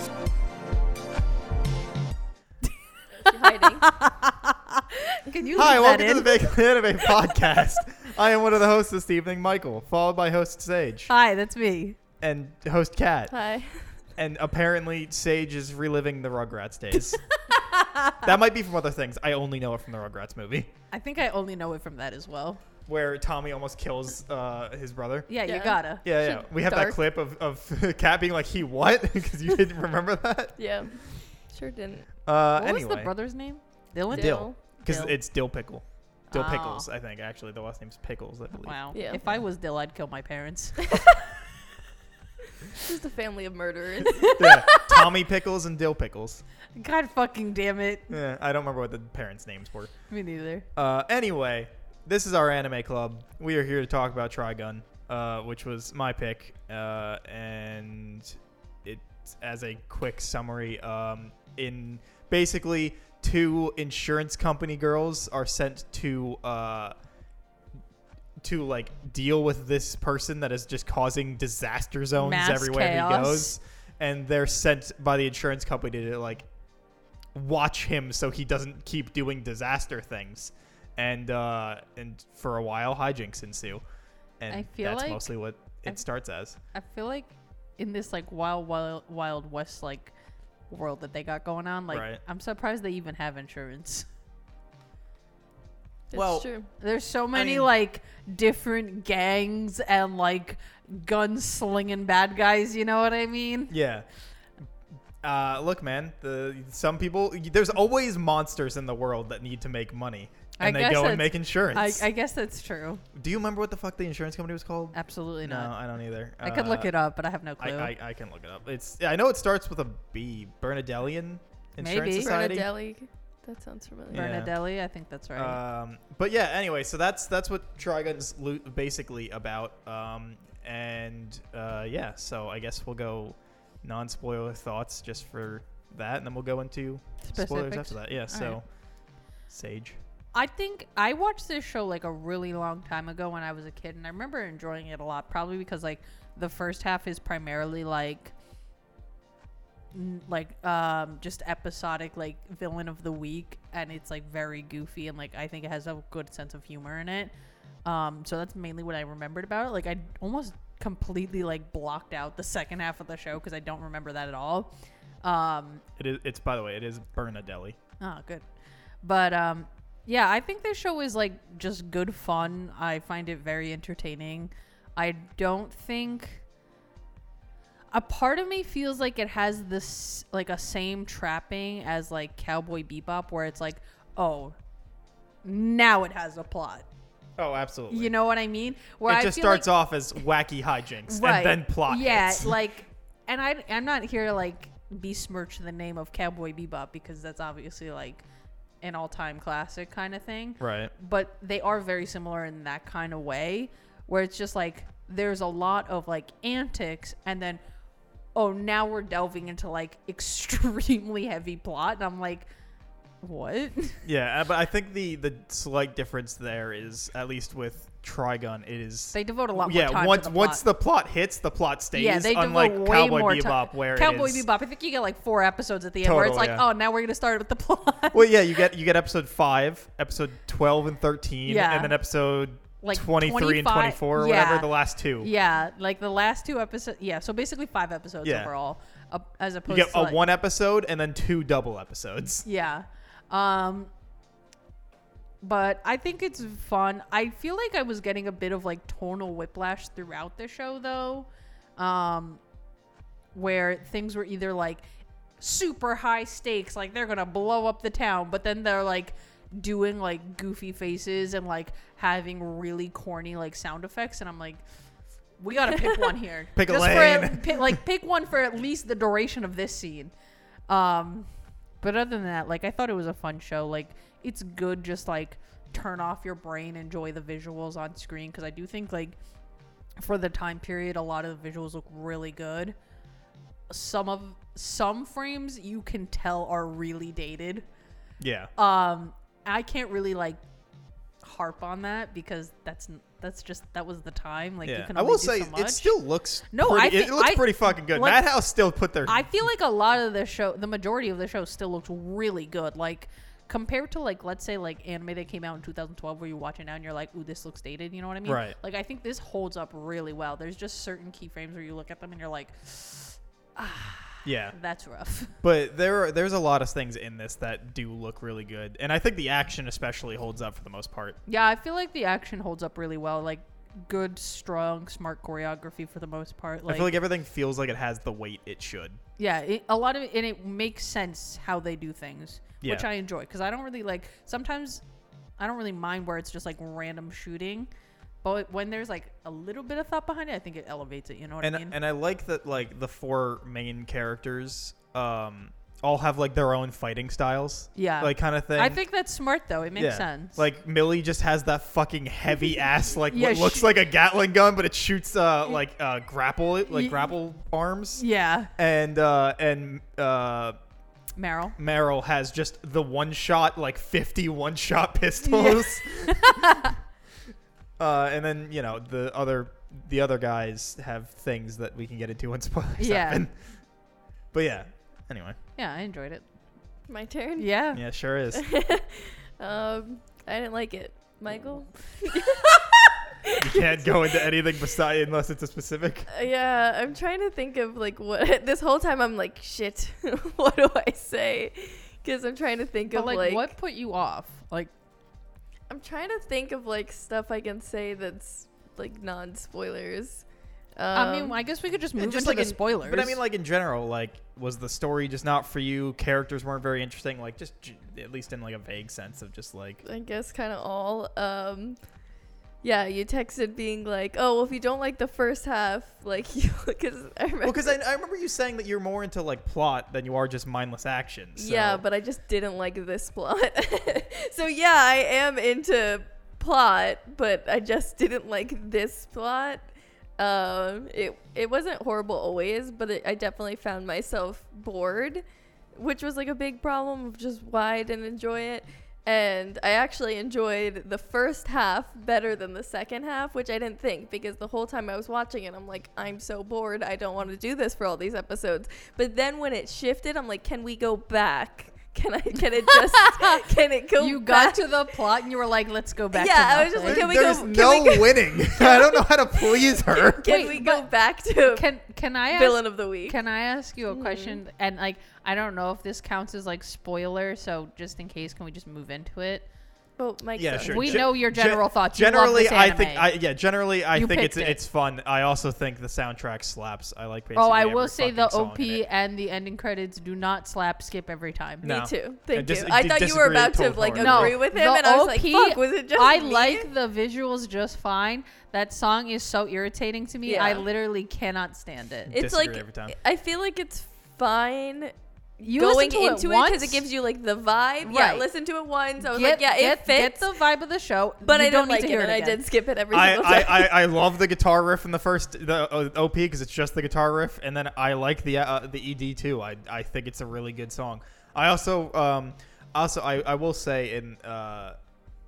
Hi, that welcome to in. the Vaguely Anime Podcast. I am one of the hosts this evening, Michael, followed by host Sage Hi, that's me. and host Kat. Hi. And apparently, Sage is reliving the Rugrats days. that might be from other things. I only know it from the Rugrats movie, I think I only know it from that as well. where Tommy almost kills uh, his brother. Yeah, you Yeah. gotta. Yeah, yeah. Should We have that dark. clip of, of Kat being like, he what? Because you didn't remember that. Yeah. Sure didn't. Uh, What anyway. was the brother's name? Dylan. Dylan. Dill. Because Dill. it's Dill Pickle. Dill Oh. Pickles, I think, actually. The last name's Pickles, I believe. Wow. Yeah. If I was Dill, I'd kill my parents. Just a family of murderers. Yeah. Tommy Pickles and Dill Pickles. God fucking damn it. Yeah, Eh, I don't remember what the parents' names were. Me neither. Uh, anyway, this is our anime club. We are here to talk about Trigun, uh, which was my pick. Uh, and it, as a quick summary, um, in basically two insurance company girls are sent to uh, to like deal with this person that is just causing disaster zones Mass everywhere he chaos. goes, and they're sent by the insurance company to like watch him so he doesn't keep doing disaster things. And uh, and for a while, hijinks ensue, and I feel that's like- mostly what it I- starts as. I feel like in this like wild, wild, wild west like world that they got going on, like Right. I'm surprised they even have insurance. It's Well, true. There's so many mean- like different gangs and like gun slinging bad guys. You know what I mean? Yeah. Uh, look, man. The some people. There's always monsters in the world that need to make money, I and they guess go and it's- make I, insurance. I guess that's true. Do you remember what the fuck the insurance company was called? Absolutely no, not. I don't either. I could look Uh, it up, but I have no I, clue. I, I can look it up. It's. I know it starts with a B. Bernadellian Insurance Maybe. Society. Bernadelli. That sounds familiar. Yeah. Bernadelli, I think that's right. Um, but yeah, anyway, so that's that's what Trigun's loot basically about. Um, and uh, yeah, so I guess we'll go non spoiler thoughts just for that, and then we'll go into spoilers Specifics? after that. Yeah, so right. Sage. I think I watched this show like a really long time ago when I was a kid, and I remember enjoying it a lot. Probably because like the first half is primarily like, n- like um, just episodic, like villain of the week, and it's like very goofy and like I think it has a good sense of humor in it. Um, so that's mainly what I remembered about it. Like I almost completely like blocked out the second half of the show because I don't remember that at all. Um, It is. It's by the way, it is Bernadelli. Oh, good. But um, yeah, I think this show is like just good fun. I find it very entertaining. I don't think a part of me feels like it has this like a same trapping as like Cowboy Bebop, where it's like, oh, now it has a plot. Oh, absolutely. You know what I mean? Where it I just feel like- starts off as wacky hijinks and then plot. yeah hits. like and i i'm not here to like besmirch the name of cowboy bebop because that's obviously like an all-time classic kind of thing right. but they are very similar in that kind of way where it's just like there's a lot of like antics and then oh now we're delving into like extremely heavy plot and i'm like what Yeah, uh, but I think the the slight difference there is at least with Trigun, it is they devote a lot more yeah, time once to the once plot. the plot hits, the plot stays. Yeah, they unlike devote way Cowboy more Bebop, time. where Cowboy it is, Bebop. I think you get like four episodes at the end where Total, it's like, yeah. oh, now we're gonna start with the plot. Well, yeah, you get you get episode five, episode twelve and thirteen, Yeah. and then episode Like twenty three and 25 twenty four, or yeah. whatever the last two. yeah, like the last two episodes. Yeah, so basically five episodes Yeah. overall, uh, as You opposed get to a like- one episode and then two double episodes. Yeah. Um but I think it's fun. I feel like I was getting a bit of like tonal whiplash throughout the show though. Um where things were either like super high stakes, like they're going to blow up the town, but then they're like doing like goofy faces and like having really corny like sound effects and I'm like we gotta pick one here. Pick a For lane. at, pi- like pick one for at least the duration of this scene. Um, but other than that, like I thought it was a fun show. Like it's good, just like turn off your brain, enjoy the visuals on screen because I do think like for the time period, a lot of the visuals look really good. Some of some frames you can tell are really dated. Yeah, Um, I can't really like harp on that because that's n- that's just that was the time. Like you yeah. can I only will do say so it much. still looks No, I Pretty, it think- looks I- pretty fucking good. like- Madhouse still put their I feel like a lot of the show, the majority of the show, still looks really good. Like compared to like let's say like anime that came out in 2012 where you watch it now and you're like, ooh, this looks dated. You know what I mean? Right. Like I think this holds up really well. There's just certain keyframes where you look at them and you're like, Yeah. that's rough. But there are there's a lot of things in this that do look really good, and I think the action especially holds up for the most part. yeah, I feel like the action holds up really well. Like good, strong, smart choreography for the most part. I feel like everything feels like it has the weight it should. Yeah, it, a lot of it, and it makes sense how they do things, which Yeah. I enjoy because I don't really like. Sometimes I don't really mind where it's just like random shooting, but when there's like a little bit of thought behind it, I think it elevates it. You know what and I mean? and I like that like the four main characters um all have like their own fighting styles. Yeah. Like kind of thing. I think that's smart though. It makes sense. Like Millie just has that fucking heavy ass like Yeah, what looks she- like a Gatling gun, but it shoots uh like uh grapple like Y- grapple arms. yeah, And uh and uh Meryl. Meryl has just the one shot like 50 one shot pistols. uh and then, you know, the other the other guys have things that we can get into when spoilers Yeah. happen. But yeah. Anyway. Yeah, I enjoyed it. My turn. Yeah. Yeah, sure is. Um, I didn't like it. Michael. You can't go into anything beside unless it's a specific. Uh, yeah, I'm trying to think of like what. This whole time I'm like, shit. what do I say? Because I'm trying to think But of like, like, what put you off? Like, I'm trying to think of like stuff I can say that's like non spoilers. Um, I mean, I guess we could just move just into like the in- spoilers. But I mean, like in general, like was the story just not for you? Characters weren't very interesting. Like just g- at least in like a vague sense of just like I guess kind of all. Um, yeah, you texted being like, "Oh, well, if you don't like the first half, like, because I remember." well, because I, I remember you saying that you're more into like plot than you are just mindless action. So. Yeah, but I just didn't like this plot. so yeah, I am into plot, but I just didn't like this plot. Um, it it wasn't horrible always, but it, I definitely found myself bored, which was like a big problem of just why I didn't enjoy it. And I actually enjoyed the first half better than the second half, which I didn't think because the whole time I was watching it, I'm like, I'm so bored. I don't want to do this for all these episodes. But then when it shifted, I'm like, can we go back? Can I? Can it just? can it go? you got back? to the plot and you were like, let's go back. Yeah, to I was just nothing. like, Can we there's go- can no we go- winning. I don't know how to please her. Can Wait, we go back to can can I ask villain of the week? Can I ask you a question? And like, I don't know if this counts as like spoiler, so just in case, can we just move into it? oh, Mike. Yeah, sorry. sure. We know your general thoughts. You love Generally, this I think anime. I yeah. Generally, I You think picked it's it. it's fun. I also think the soundtrack slaps. I like. oh, basically I every will say fucking the song OP in it. and the ending credits do not slap skip every time. No. Me too. I Thank dis- you. I d- thought you were disagree about to like wholeheartedly. No, agree with him, the and I was like, OP "Fuck, was it just I me? like the visuals just fine. That song is so irritating to me. Yeah. I literally cannot stand it. It's Disagree like every time. I feel like it's fine You going listen to into it once, because it, gives you like the vibe. Yeah, Right. listen to it once. I was get, like, yeah, get, get it fits. the vibe of the show, but You I don't don't need like to it, hear and it I again. did skip it every I, single time. I, I, I love the guitar riff in the first the uh, OP because it's just the guitar riff, and then I like the uh, the ED too. I I think it's a really good song. I also um also I, I will say in uh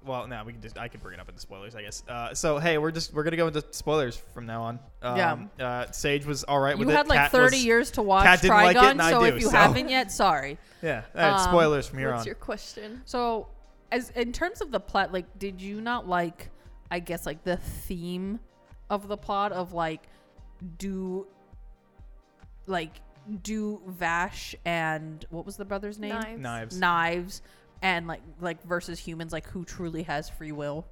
well now we can just I can bring it up in the spoilers I guess. Uh, so hey we're just we're gonna go into spoilers from now on. Um, yeah. Uh, Sage was all right You with it. had like Kat 30 was- years to watch Kat didn't like it, Trigon, and I so do, if you so. haven't yet, sorry. Yeah. all right, Um, spoilers from here What's on. your question? So, as in terms of the plot, like, did you not like, I guess, like the theme of the plot of like, do, like, do Vash and what was the brother's name? Knives. Knives. Knives and like, like versus humans, like who truly has free will,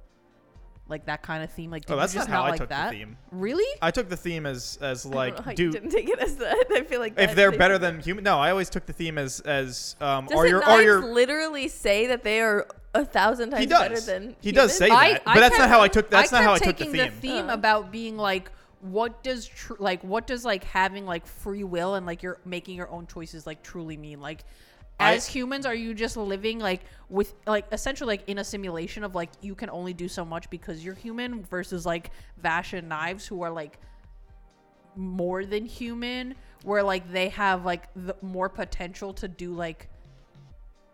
like that kind of theme. Like, did Oh, that's you just not how I like took the that? theme. Really? I took the theme as as I don't know how like you do didn't take it as that. I feel like if that they're they- better than human. No, I always took the theme as as um Doesn't or your or Knives your literally say that they are a thousand times he better does. than he does say humans? I- that, I but that's not kept- how I took. That's not kept how I took the taking theme. Oh. about being like, what does tr- like what does like having like free will and like you're making your own choices like truly mean like. I- As humans, are you just living like with like essentially like in a simulation of like you can only do so much because you're human versus like Vash and Knives who are like more than human, where like they have like the more potential to do like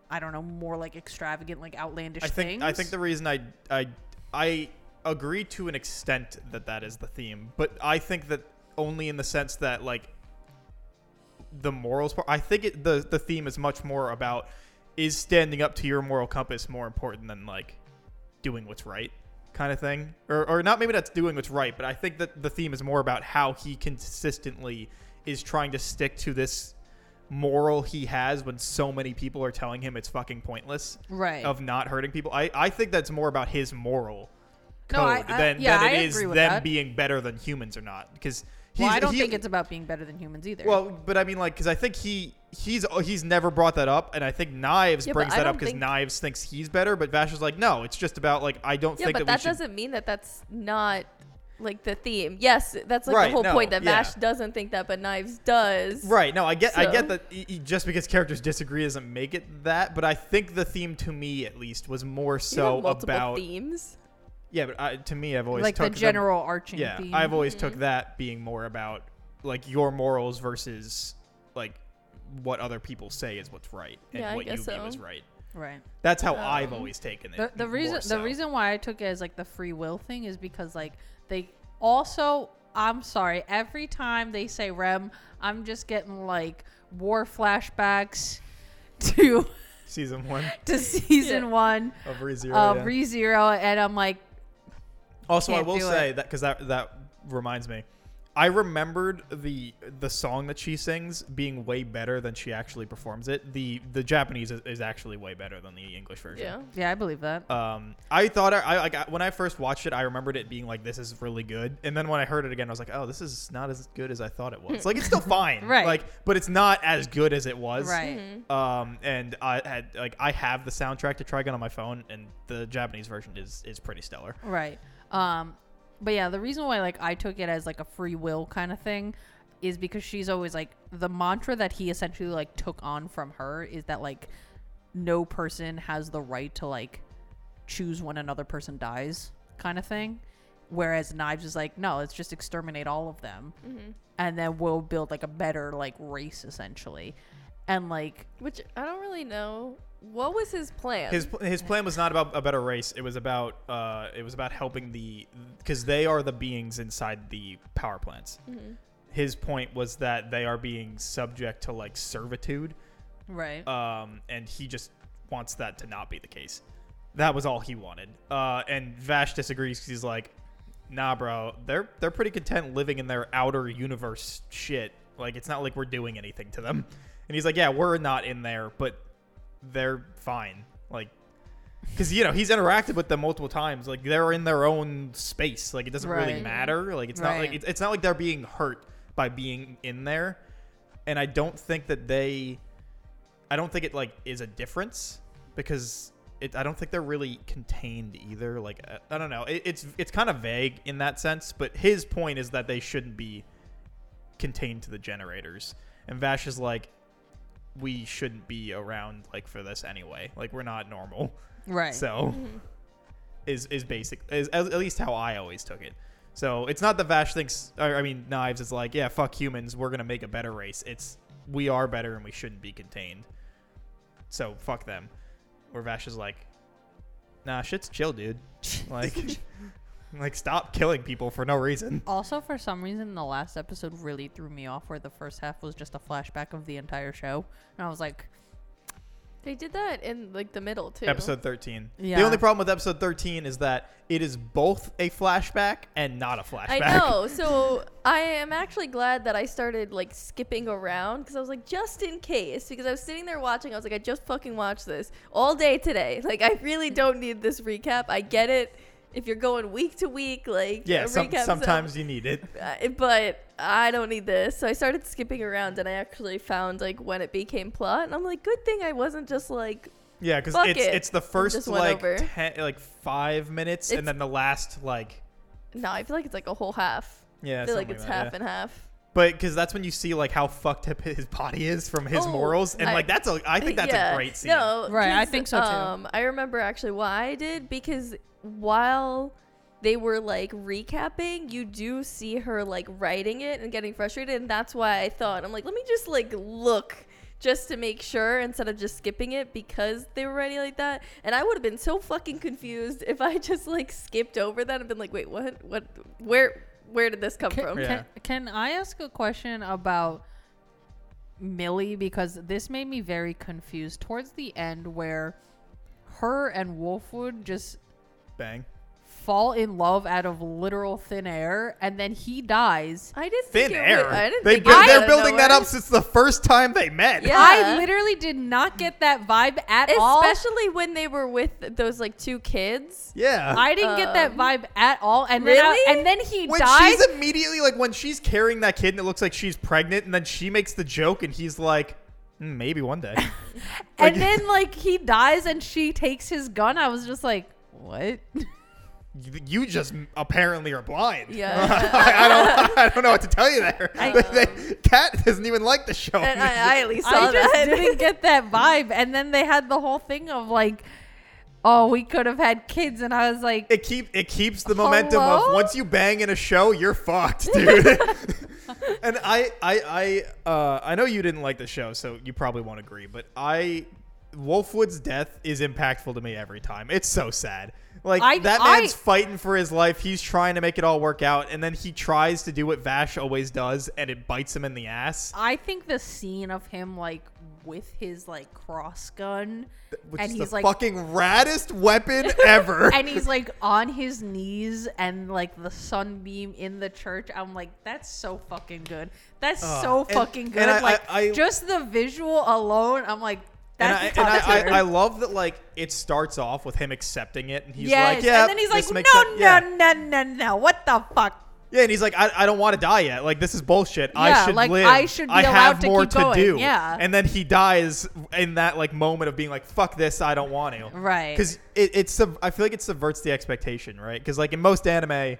I don't know more like extravagant like outlandish I think things. I think the reason I I I agree to an extent that that is the theme, but I think that only in the sense that like the morals part. I think it, the the theme is much more about is standing up to your moral compass more important than like doing what's right kind of thing or, or not maybe that's doing what's right but i think that the theme is more about how he consistently is trying to stick to this moral he has when so many people are telling him it's fucking pointless right. of not hurting people i, I think that's more about his moral code No, I- I- than, yeah, than it I is agree them with that. being better than humans or not because he's, well, I don't he- think it's about being better than humans either. well, but I mean, like, because I think he he's oh, he's never brought that up, and I think Knives Yeah, but brings I that up don't because think- Knives thinks he's better, but Vash is like, no, it's just about like I don't Yeah, think but that that we should. doesn't mean that that's not like the theme. Yes, that's like Right, the whole no, point that yeah. Mash doesn't think that, but Knives does. Right? No, I get I get So- that e- e- just because characters disagree doesn't make it that, but I think the theme to me at least was more You have so multiple about themes. yeah, but I, to me I've always like the took them- general arching yeah theme. I've always took that being more about like your morals versus like what other people say is what's right and Yeah, I what you guess view so. is right. right. That's how I've Um, always taken it. the, the more reason so. the reason why I took it as like the free will thing is because like they also I'm sorry every time they say Rem I'm just getting like war flashbacks to season one to season Yeah. one of ReZero. of yeah. ReZero and I'm like also, I Uh, can't will do say that because that that reminds me, I remembered the the song that she sings being way better than she actually performs it. the The Japanese is, is actually way better than the English version. Yeah. yeah I believe that Um, I thought I, I like I- when I first watched it, I remembered it being like this is really good, and then when I heard it again, I was like, oh, this is not as good as I thought it was. like it's still fine, Right. Like, but it's not as good as it was, right Um, and I had like I have the soundtrack to Trigun on my phone, and the Japanese version is is pretty stellar. right um but yeah the reason why like I took it as like a free will kind of thing is because she's always like the mantra that he essentially like took on from her is that like no person has the right to like choose when another person dies kind of thing whereas knives is like no let's just exterminate all of them and then we'll build like a better like race essentially and like Which I don't really know. What was his plan? His pl- his plan was not about a better race. It was about uh, it was about helping the because they are the beings inside the power plants. Mm-hmm. His point was that they are being subject to like servitude, right um, and he just wants that to not be the case. That was all he wanted. Uh, and Vash disagrees because he's like, "Nah, bro, they're they're pretty content living in their outer universe shit. Like, it's not like we're doing anything to them." And he's like, "Yeah, we're not in there, but they're fine. Like, because you know he's interacted with them multiple times. Like, they're in their own space. Like, it doesn't really Right. matter. Like, it's not like Right. it's, it's not like they're being hurt by being in there. And I don't think that they." I don't think it like is a difference because it, I don't think they're really contained either. Like I, I don't know, it, it's it's kind of vague in that sense. But his point is that they shouldn't be contained to the generators. And Vash is like, we shouldn't be around like for this anyway. Like we're not normal. right So is is basic is at at least how I always took it. So it's not that Vash thinks or, I mean knives is like, yeah, fuck humans, we're gonna make a better race. It's we are better and we shouldn't be contained. So fuck them. Where Vash is like, nah, shit's chill, dude. Like like stop killing people for no reason. Also, for some reason, the last episode really threw me off where the first half was just a flashback of the entire show. And I was like, they did that in like the middle too. Episode thirteen. Yeah. The only problem with episode thirteen is that it is both a flashback and not a flashback. I know. So I am actually glad that I started like skipping around because I was like, just in case, because I was sitting there watching. I was like, I just fucking watched this all day today. Like, I really don't need this recap. I get it. If you're going week to week, like Yeah, a some, recap's sometimes you need it. uh, but I don't need this. So I started skipping around and I actually found like when it became plot. And I'm like, good thing I wasn't just like, Yeah, because Fuck it's it. it's the first just went like over. ten, like five minutes, It's- and then the last like no, I feel like it's like a whole half. yeah, I feel like something it's that, half yeah. and half. But because that's when you see like how fucked up his body is from his Oh, morals, and I- like that's a I think that's Yeah. a great scene. No, Right, I 'cause, think so, too. Um, I remember actually why I did because while they were like recapping, you do see her like writing it and getting frustrated, and that's why I thought I'm like, let me just like look just to make sure instead of just skipping it because they were writing like that. And I would have been so fucking confused if I just like skipped over that and been like, wait, what? What? Where? Where did this come can, from? Yeah. can, can I ask a question about Millie because this made me very confused towards the end where her and Wolfwood just Bang. fall in love out of literal thin air and then he dies. I just Thin think it air. would- I didn't they think bu- it was out they're of building that nowhere. up since the first time they met. Yeah. I literally did not get that vibe at all. especially when they were with those like two kids. Yeah. I didn't get that Um, vibe at all. And then I- really? and then he when dies. she's immediately like when she's carrying that kid and it looks like she's pregnant and then she makes the joke and he's like "Mm, maybe one day and Like- then like he dies and she takes his gun. I was just like, what? you just apparently are blind Yeah. I, I don't i don't know what to tell you there I- They- cat doesn't even like the show and I, I at least saw I just that. didn't get that vibe. And then they had the whole thing of like, oh, we could have had kids. And I was like, it keep it keeps the momentum of Hello? once you bang in a show, you're fucked, dude. and I I I uh, I know you didn't like the show, so you probably won't agree, but I Wolfwood's death is impactful to me every time. It's so sad. Like I- that I- man's fighting for his life. He's trying to make it all work out, and then he tries to do what Vash always does, and it bites him in the ass. I think the scene of him like with his like cross gun Which and is he's the like fucking raddest weapon ever. and he's like on his knees and like the sunbeam in the church. I'm like, that's so fucking good. That's Uh, so and- fucking and good. I- I- like I- just the visual alone, I'm like, And that's I, top and tier. I, I, I love that like it starts off with him accepting it and he's yes. like yeah and then he's like, this no, makes no, sense." yeah. no, no, no. What the fuck? yeah and he's like I, I don't want to die yet like this is bullshit I Yeah, should like, live I should be have allowed to more keep to going." do Yeah. and then he dies in that like moment of being like fuck this I don't want to Right. because it, it's sub- I feel like it subverts the expectation right because like in most anime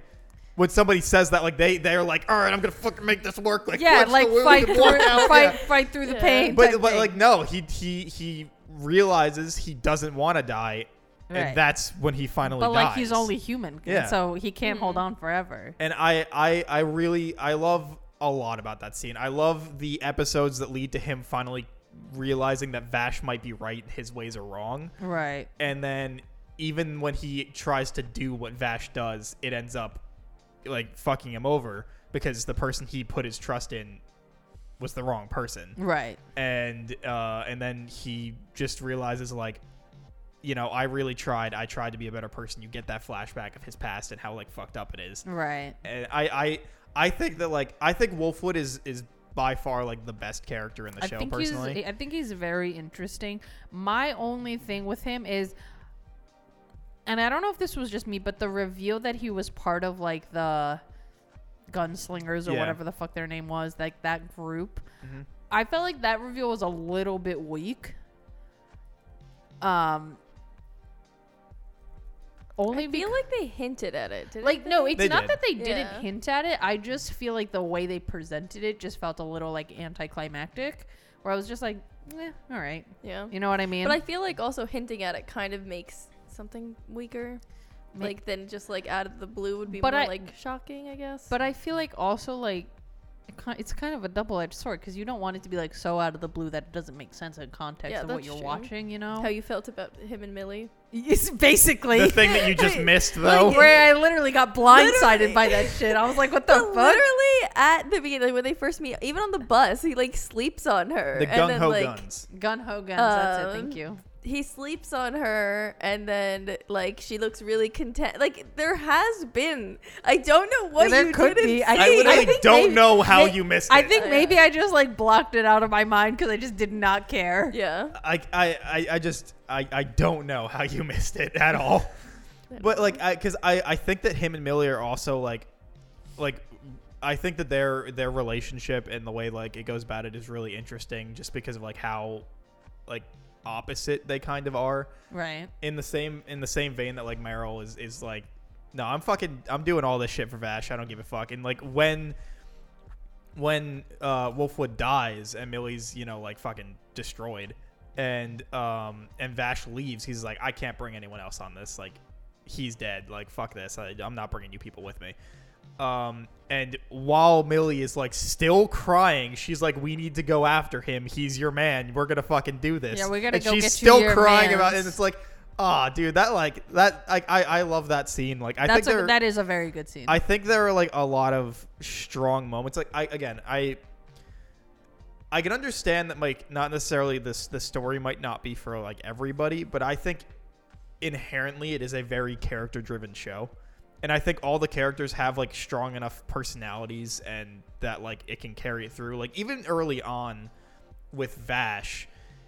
when somebody says that like they they're like all right I'm gonna fucking make this work like Yeah, punch the like wound fight and through, block out. fight, Yeah fight through the Yeah. pain. but type but thing. like no, he he he realizes he doesn't want to die, Right. and that's when he finally. but like he's dies. only human, Yeah. so he can't hold Hmm. on forever. And I I I really I love a lot about that scene. I love the episodes that lead to him finally realizing that Vash might be right, his ways are wrong, Right. and then even when he tries to do what Vash does, it ends up like fucking him over because the person he put his trust in was the wrong person. Right. and uh, and then he just realizes like you know i really tried i tried to be a better person you get that flashback of his past and how like fucked up it is Right. and i i i think that like i think wolfwood is is by far like the best character in the show personally He's, I think he's very interesting. My only thing with him is, and I don't know if this was just me, but the reveal that he was part of like the gunslingers or Yeah. Mm-hmm. whatever the fuck their name was, like that group. I felt like that reveal was a little bit weak. Um. Only I feel because- like they hinted at it. didn't like they? no, it's They not did. that they didn't Yeah. hint at it. I just feel like the way they presented it just felt a little like anticlimactic, where I was just like, eh, all right, yeah. you know what I mean? But I feel like also hinting at it kind of makes something weaker. Ma- Like then just like out of the blue would be But more I- like shocking, I guess. But I feel like also like it ki- it's kind of a double-edged sword because you don't want it to be like so out of the blue that it doesn't make sense in context Yeah, of what that's you're true. watching. You know, how you felt about him and Millie? it's basically the thing that you just missed though like, where I literally got blindsided Literally. by that shit. I was like, what the But fuck? literally at the beginning, like, when they first meet, even on the bus, he like sleeps on her. the and then, gung-ho like, guns Gun ho guns. that's it. Um, Thank you. He sleeps on her, and then like she looks really content. Like there has been, I don't know what there you could didn't be. See. I i think- literally think don't maybe- know how may- you missed I it. think Yeah. maybe I just like blocked it out of my mind because I just did not care. yeah, I, I, I, I just I, I don't know how you missed it at all. but like I because I, I think that him and Millie are also like like I think that their their relationship and the way like it goes about it is really interesting just because of like how like opposite they kind of are Right. in the same in the same vein that like Meryl is is like no I'm fucking I'm doing all this shit for Vash I don't give a fuck and like when when uh Wolfwood dies and Millie's you know like fucking destroyed and um and Vash leaves he's like I can't bring anyone else on this like he's dead like fuck this I, I'm not bringing you people with me um and while Millie is like still crying she's like we need to go after him he's your man we're gonna fucking do this Yeah, we gotta and go she's get you still your crying about it mans. and it's like ah dude that like that like i i love that scene like i That's think a, there that is a very good scene. i think there are like a lot of strong moments like i again i I can understand that like not necessarily this the story might not be for like everybody, but I think inherently it is a very character driven show. And I think all the characters have like strong enough personalities and that like it can carry it through. Like even early on with Vash,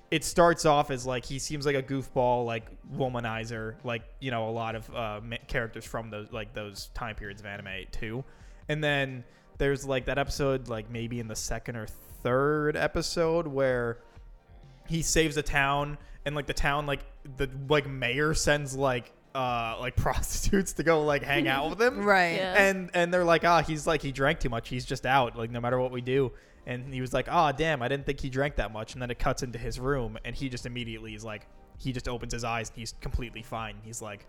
it starts off as like he seems like a goofball, like womanizer, like you know a lot of uh, ma- characters from those like those time periods of anime too. And then there's like that episode, like maybe in the second or third episode where he saves a town and like the town like the like mayor sends like uh like prostitutes to go like hang out with him Right. Yeah. and and they're like ah he's like he drank too much he's just out like no matter what we do and he was like ah damn i didn't think he drank that much and then it cuts into his room and he just immediately is like he just opens his eyes and he's completely fine he's like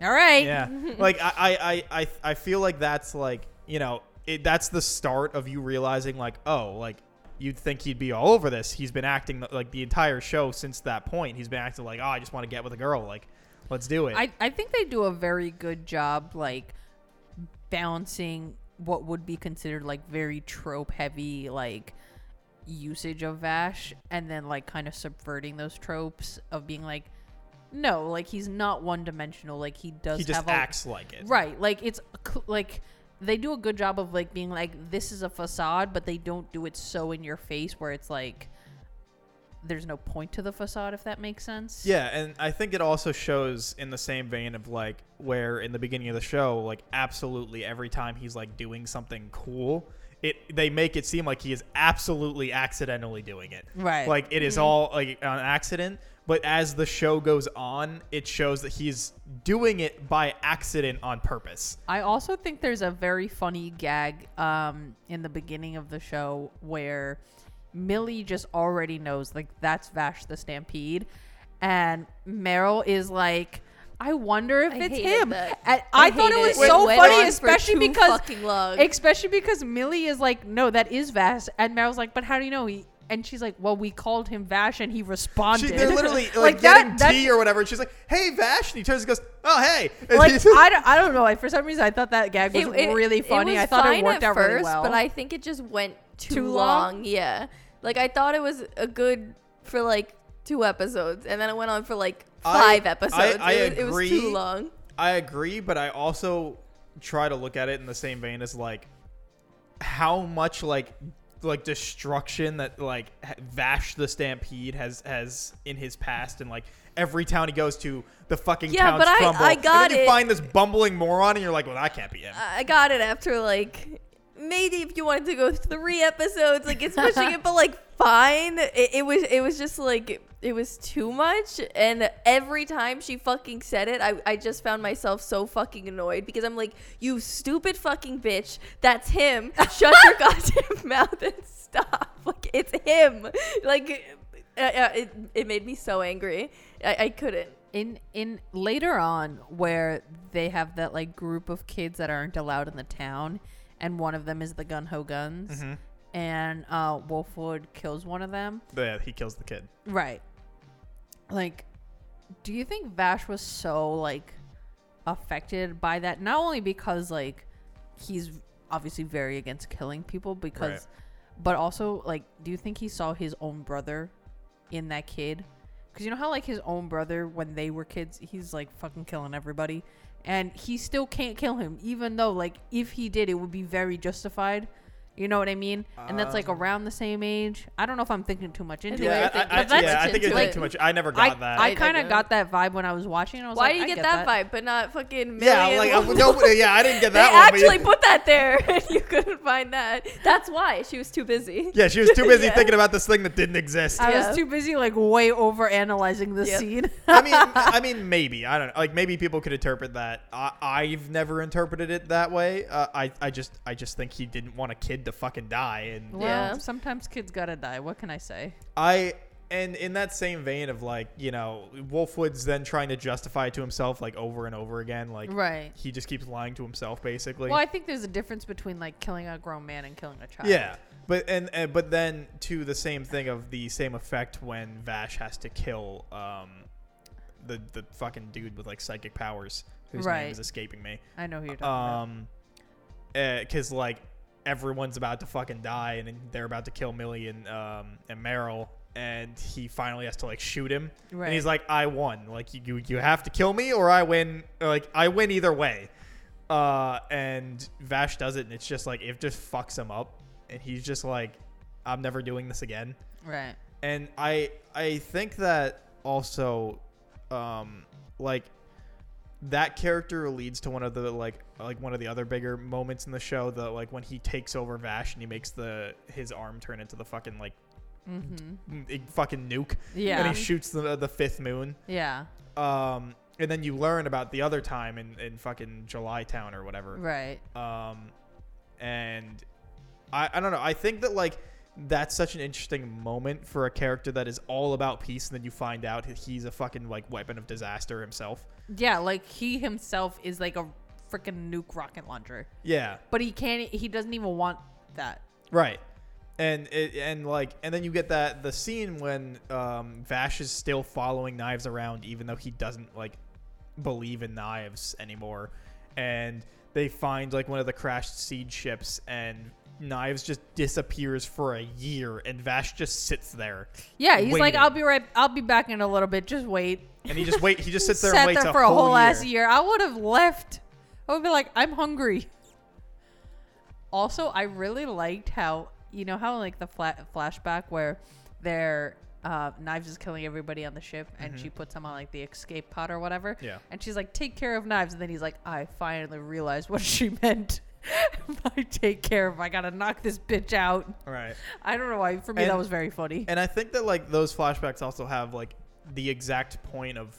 All right. yeah like I, I i i i feel like that's like you know it, that's the start of you realizing like oh like you'd think he'd be all over this he's been acting like the entire show since that point he's been acting like oh i just want to get with a girl like let's do it I, I think they do a very good job like balancing what would be considered like very trope heavy like usage of Vash and then like kind of subverting those tropes of being like no like he's not one dimensional like he does he just have a, acts like it right like it's cl- like they do a good job of like being like this is a facade but they don't do it so in your face where it's like there's no point to the facade if that makes sense Yeah, and I think it also shows in the same vein of like where in the beginning of the show, like absolutely every time he's like doing something cool, it they make it seem like he is absolutely accidentally doing it. Right. Mm-hmm. Like it is all like an accident, but as the show goes on, it shows that he's doing it by accident on purpose. I also think there's a very funny gag um, in the beginning of the show where Millie just already knows, like, that's Vash the Stampede. And Meryl is like, I wonder if I it's hated him. that. And I, I thought it hated was it. It so went on funny, for especially too because fucking long. especially because Millie is like, no, that is Vash. And Meryl's like, but how do you know he? And she's like, well, we called him Vash, and he responded. She, they're literally like, getting that. that's- tea or whatever, and she's like, "Hey, Vash," and he turns and goes, "Oh, hey." And like he's- I don't, I don't know. Like, for some reason, I thought that gag was really funny. was I thought it fine worked at out first, really well. but I think it just went too, Too long? long. Yeah, like I thought it was a good for like two episodes, and then it went on for like I- five I- episodes. I it, was, it was agree. too long. I agree, but I also try to look at it in the same vein as like how much like like destruction that like ha- Vash the Stampede has has in his past and like every town he goes to the fucking Yeah, towns but I- crumble. I and got then you it. find this bumbling moron and you're like, well, that can't be him. I I got it after like maybe if you wanted to go three episodes, like it's pushing it, but like fine. It, it was it was just like it was too much, and every time she fucking said it, I I just found myself so fucking annoyed because I'm like, you stupid fucking bitch, that's him. Shut your goddamn mouth and stop. Like it's him. Like. Uh, uh, it, it made me so angry. I, I couldn't. in in later on where they have that like group of kids that aren't allowed in the town and one of them is the gun ho guns and uh wolfwood kills one of them yeah, he kills the kid. right like do you think vash was so like affected by that not only because like he's obviously very against killing people because Right. but also like do you think he saw his own brother in that kid because you know how like his own brother when they were kids he's like fucking killing everybody and he still can't kill him even though like if he did it would be very justified you know what i mean and that's like around the same age i don't know if i'm thinking too much into think it I- yeah, you're too much I, I- yeah, I thinking think into it's it. too much. I never I, got that. I kind of didn't. got that vibe when I was watching. And I was Why like, do you I get, get that, vibe, but not fucking yeah, Millie like uh, and I, Wolf- no, yeah, I didn't get They that one. but yeah. actually put that there. you couldn't find that. That's why she was too busy. yeah, she was too busy Yeah. thinking about this thing that didn't exist. I Yeah. was too busy like way over analyzing the Yep. scene. I mean, I mean, maybe I don't know. Like, maybe people could interpret that. I, I've never interpreted it that way. Uh, I, I just, I just think he didn't want a kid to fucking die, and Well, Yeah. sometimes kids gotta die. What can I say? I and in that same vein of like, you know, Wolfwood's then trying to justify it to himself like over and over again. Like Right. he just keeps lying to himself basically. Well, I think there's a difference between like killing a grown man and killing a child. Yeah. But and, and but then to the same thing of the same effect when Vash has to kill um the the fucking dude with like psychic powers whose Right. name is escaping me. I know who you're talking about. um because Um, eh, like everyone's about to fucking die and then they're about to kill Millie and um, and Meryl and he finally has to like shoot him and he's like I won like you you- you have to kill me or I win or, like I win either way uh and Vash does it and it's just like it just fucks him up and he's just like I'm never doing this again right. and I I think that also um like that character leads to one of the like like one of the other bigger moments in the show the like when he takes over Vash and he makes the his arm turn into the fucking like Mm-hmm. mm, fucking nuke Yeah. and he shoots the the fifth moon yeah. um and then you learn about the other time in in fucking July Town or whatever Right. um and I, I don't know i think that like that's such an interesting moment for a character that is all about peace and then you find out that he's a fucking like weapon of disaster himself Yeah. Like he himself is like a freaking nuke rocket launcher, yeah but he can't. He doesn't even want that. right and it, and like and then you get that the scene when um vash is still following knives around even though he doesn't like believe in knives anymore and they find like one of the crashed seed ships and knives just disappears for a year and vash just sits there Yeah. He's like, Waiting. I'll be right. I'll be back in a little bit. Just wait. and he just wait. He just sits there Sat and waits there a for a whole, whole year. ass year. I would have left. I would be like, I'm hungry. Also, I really liked how you know how like the flat flashback where their uh, knives is killing everybody on the ship, and she puts him on like the escape pod or whatever. Mm-hmm. Yeah. And she's like, "Take care of knives," and then he's like, "I finally realized what she meant." I take care of. I gotta knock this bitch out. Right. I don't know why. For me, that And- was very funny. And I think that like those flashbacks also have like the exact point of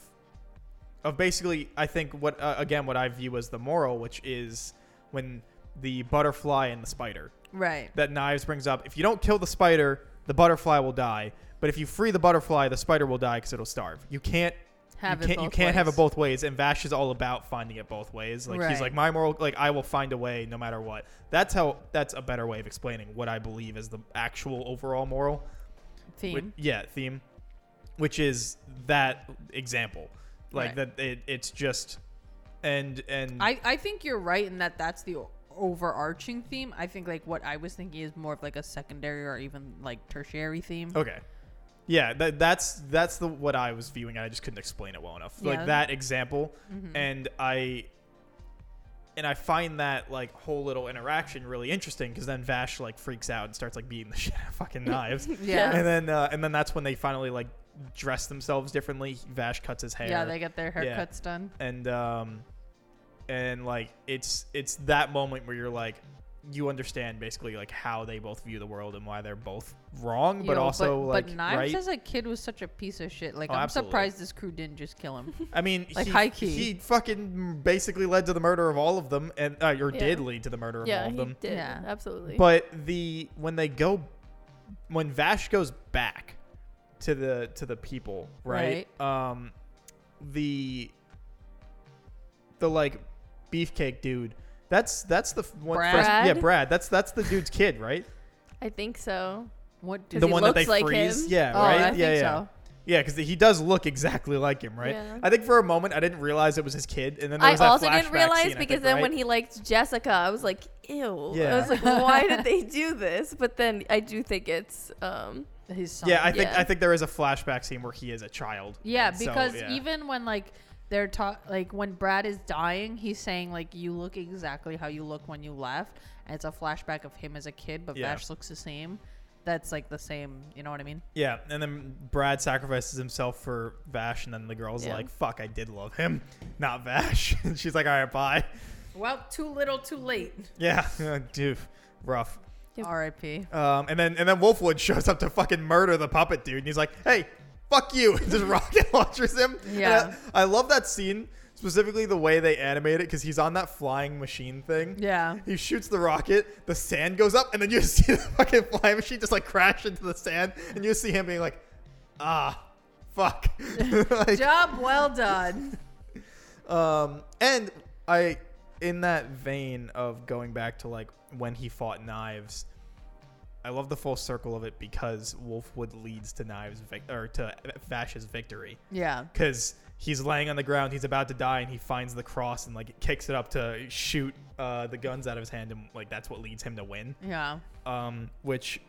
of basically I think what uh, again what I view as the moral, which is when the butterfly and the spider right. that knives brings up. If you don't kill the spider, the butterfly will die. But if you free the butterfly, the spider will die because it'll starve. You can't. Have you it can't, you both can't have it ways. both ways, and Vash is all about finding it both ways. Like Right. he's like my moral, like I will find a way no matter what. That's how. That's a better way of explaining what I believe is the actual overall moral. Theme. Which- yeah, theme, which is that example, like Right. that. It, it's just, and and I, I think you're right in that that's the o- overarching theme. I think like what I was thinking is more of like a secondary or even like tertiary theme. okay, yeah, that that's that's the what I was viewing. and I just couldn't explain it well enough, Yeah. Mm-hmm. like that example, and I. And I find that like whole little interaction really interesting because then Vash like freaks out and starts like beating the shit out of fucking knives, Yeah. and then uh, and then that's when they finally like dress themselves differently. Vash cuts his hair. Yeah, they get their Yeah. haircuts done. and um and like it's it's that moment where you're like you understand basically like how they both view the world and why they're both wrong but Yo, also like but Knives right as a kid was such a piece of shit. Like Oh, I'm absolutely. surprised this crew didn't just kill him. i mean like, he, high key. he fucking basically led to the murder of all of them and uh, or Yeah. did lead to the murder of all Yeah, of he them did. Yeah. Absolutely. but the when they go when vash goes back to the to the people right, um the the like beefcake dude that's that's the f- one Brad? first- yeah Brad? brad that's that's the dude's kid right I think so. what the did he one that looks they like freeze him. yeah Oh, right I yeah think yeah so. yeah because he does look exactly like him right Yeah. i think for a moment i didn't realize it was his kid and then there I was that also didn't flashback realize scene, I because think, then right? when he liked Jessica, I was like, ew. Yeah. I was like, why did they do this? But then I do think it's um His son. yeah i think Yeah. i think there is a flashback scene where he is a child Yeah, and so, because yeah. even when like they're talk like when Brad is dying, he's saying like you look exactly how you look when you left, and it's a flashback of him as a kid, but Yeah. Vash looks the same. That's like the same. You know what I mean? Yeah, and then Brad sacrifices himself for Vash, and then the girl's Yeah. like, "Fuck, I did love him, not Vash." and she's like, "All right, bye." Well, too little, too late. Yeah, dude, rough. Yep. R.I.P. Um, and then and then Wolfwood shows up to fucking murder the puppet dude, and he's like, "Hey, fuck you!" and just rocket launches him. And Yeah. I, I love that scene specifically the way they animate it because he's on that flying machine thing. Yeah. He shoots the rocket, the sand goes up, and then you see the fucking flying machine just like crash into the sand, and you see him being like, "Ah, fuck." Like, Job well done. Um, and I, in that vein of going back to like when he fought Knives, I love the full circle of it because Wolfwood leads to Knives vic- or to Vash's victory Yeah. because he's laying on the ground, he's about to die, and he finds the cross and like kicks it up to shoot uh, the guns out of his hand, and like that's what leads him to win. Yeah. Um, which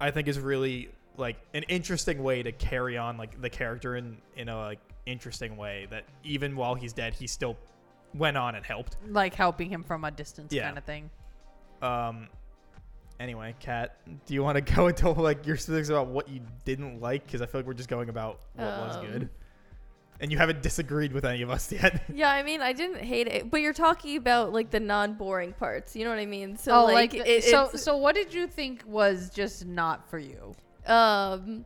I think is really like an interesting way to carry on like the character in in a like interesting way that even while he's dead, he still went on and helped. Like helping him from a distance Yeah. kind of thing. Um. Anyway, Kat, do you want to go into like your specifics about what you didn't like? Because I feel like we're just going about what was Um. good, and you haven't disagreed with any of us yet. Yeah, I mean, I didn't hate it, but you're talking about like the non-boring parts. You know what I mean? So oh, like, like, it, so it's, so what did you think was just not for you? um,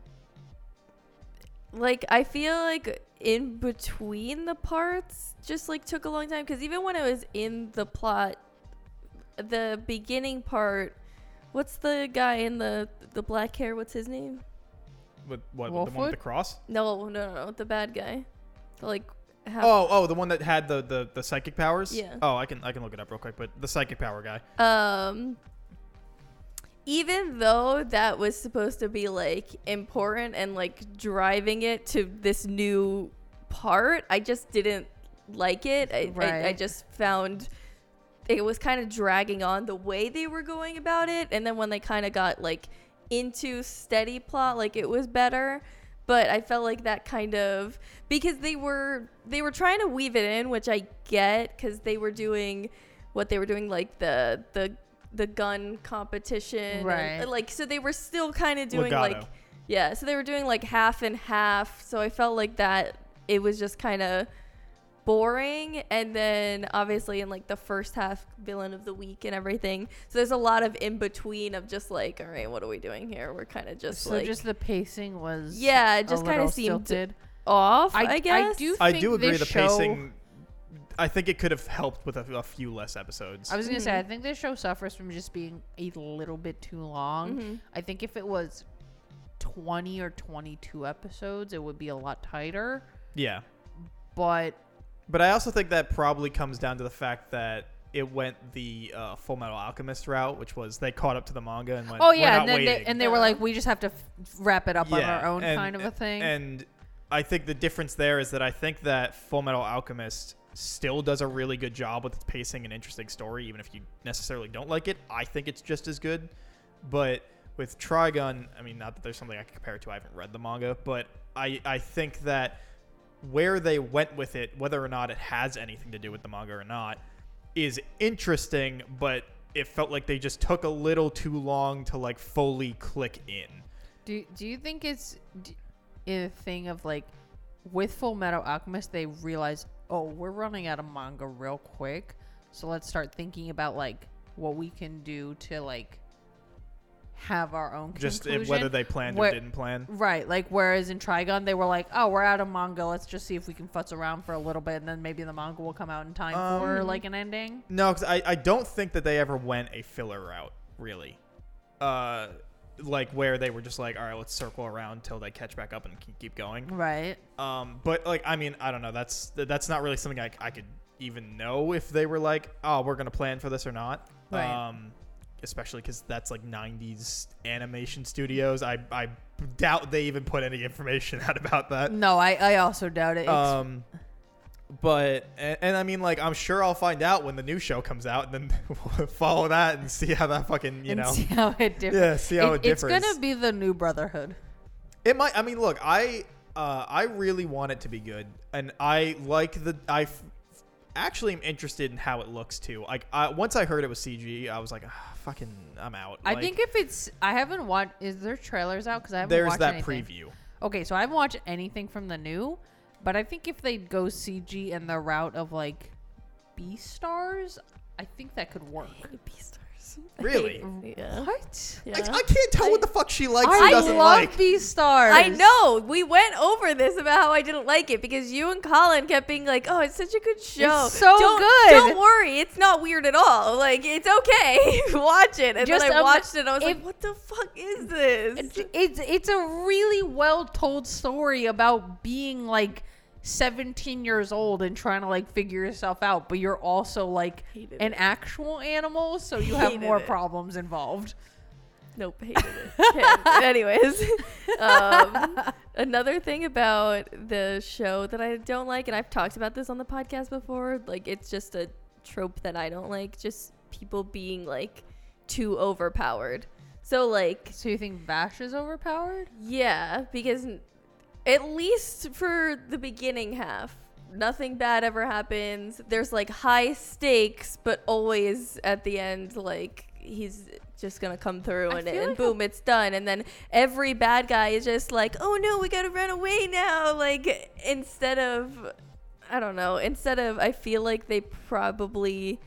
like I feel like in between the parts just like took a long time because even when I was in the plot, the beginning part. What's the guy in the the black hair? What's his name? with what with the one Wolfwood? with the cross? No, no, no, no the bad guy. The, like, half, Oh, oh, the one that had the, the the psychic powers. Uh, Yeah. Oh, I can I can look it up real quick, but the psychic power guy. Um, even though that was supposed to be like important and like driving it to this new part, I just didn't like it. I, I, I Right. just found it was kind of dragging on the way they were going about it. And then when they kind of got like into steady plot, like it was better. But I felt like that kind of because they were they were trying to weave it in, which I get because they were doing what they were doing like the the the gun competition and- Right. like so they were still kind of doing Legato. like yeah so they were doing like half and half so i felt like that it was just kind of boring and then obviously in like the first half villain of the week and everything so there's a lot of in between of just like all right what are we doing here we're kind of just so like just the pacing was Yeah, it a just kinda little seemed- stilted. off I- i, I guess do I think do agree this the show- pacing. I think it could have helped with a, a few less episodes. I was gonna say I think this show suffers from just being a little bit too long. I think if it was twenty or twenty-two episodes, it would be a lot tighter. yeah, But but I also think that probably comes down to the fact that it went the uh, Full Metal Alchemist route, which was they caught up to the manga and went. oh "We're yeah, not and then they, waiting." and they were like, we just have to f- wrap it up on our own and- kind of a thing. And I think the difference there is that I think that Full Metal Alchemist still does a really good job with its pacing and interesting story, even if you necessarily don't like it. I think it's just as good. But with Trigun, I mean, not that there's something I can compare it to. I haven't read the manga, but I, I think that where they went with it, whether or not it has anything to do with the manga or not, is interesting, but it felt like they just took a little too long to like fully click in. Do Do you think it's d- a thing of like with Full Metal Alchemist, they realize, oh, we're running out of manga real quick, so let's start thinking about like what we can do to like have our own just conclusion. if, whether they planned Where- or didn't plan. Right, like whereas in Trigon they were like, "Oh, we're out of manga. Let's just see if we can futz around for a little bit, and then maybe the manga will come out in time for Um, like an ending." No, because I, I don't think that they ever went a filler route, really. Uh, like where they were just like, all right, let's circle around till they catch back up and keep- keep going. Right, Um, but like, I mean, I don't know. That's th- that's not really something I, I could even know if they were like, oh, we're gonna plan for this or not. Right. Um, especially because that's like '90s animation studios. I I doubt they even put any information out about that. no, I, I also doubt it. It's- Um, but and, and I mean, like, I'm sure I'll find out when the new show comes out, and then we'll follow that and see how that fucking you and know, see how it differs. yeah, see how it, differs. It's gonna be the new Brotherhood. It might. I mean, look, I uh, I really want it to be good, and I like the I. F- Actually, am interested in how it looks too. Like, I, once I heard it was CG, I was like, ah, "Fucking, I'm out." I Like, think if it's, I haven't watched. Is there trailers out? Because I haven't. there's watched that anything. preview. Okay, so I haven't watched anything from the new, but I think if they go CG and the route of like B stars, I think that could work. Beastars. Really? yeah, What? I, yeah. I can't tell what the fuck she likes I and doesn't love like. B stars. I know. We went over this about how I didn't like it because you and Colin kept being like, "Oh, it's such a good show. It's so don't, good." Don't worry, it's not weird at all. Like it's okay. Watch it." And Just, then I um, watched it. and I was if- like, "What the fuck is this?" It's, it's it's a really well told story about being like 17 years old and trying to like figure yourself out, but you're also like Hated an it. actual animal, so you have Hated more it. problems involved. Nope, hated it. Okay. Anyways, um, another thing about the show that I don't like, and I've talked about this on the podcast before, like it's just a trope that I don't like, just people being like too overpowered. So like, So you think Vash is overpowered? yeah, because n- at least for the beginning half, nothing bad ever happens. There's like high stakes, but always at the end, like he's just gonna come through I and, feel and like boom, it's done. And then every bad guy is just like, oh no, we gotta run away now. Like instead of, I don't know, instead of, I feel like they probably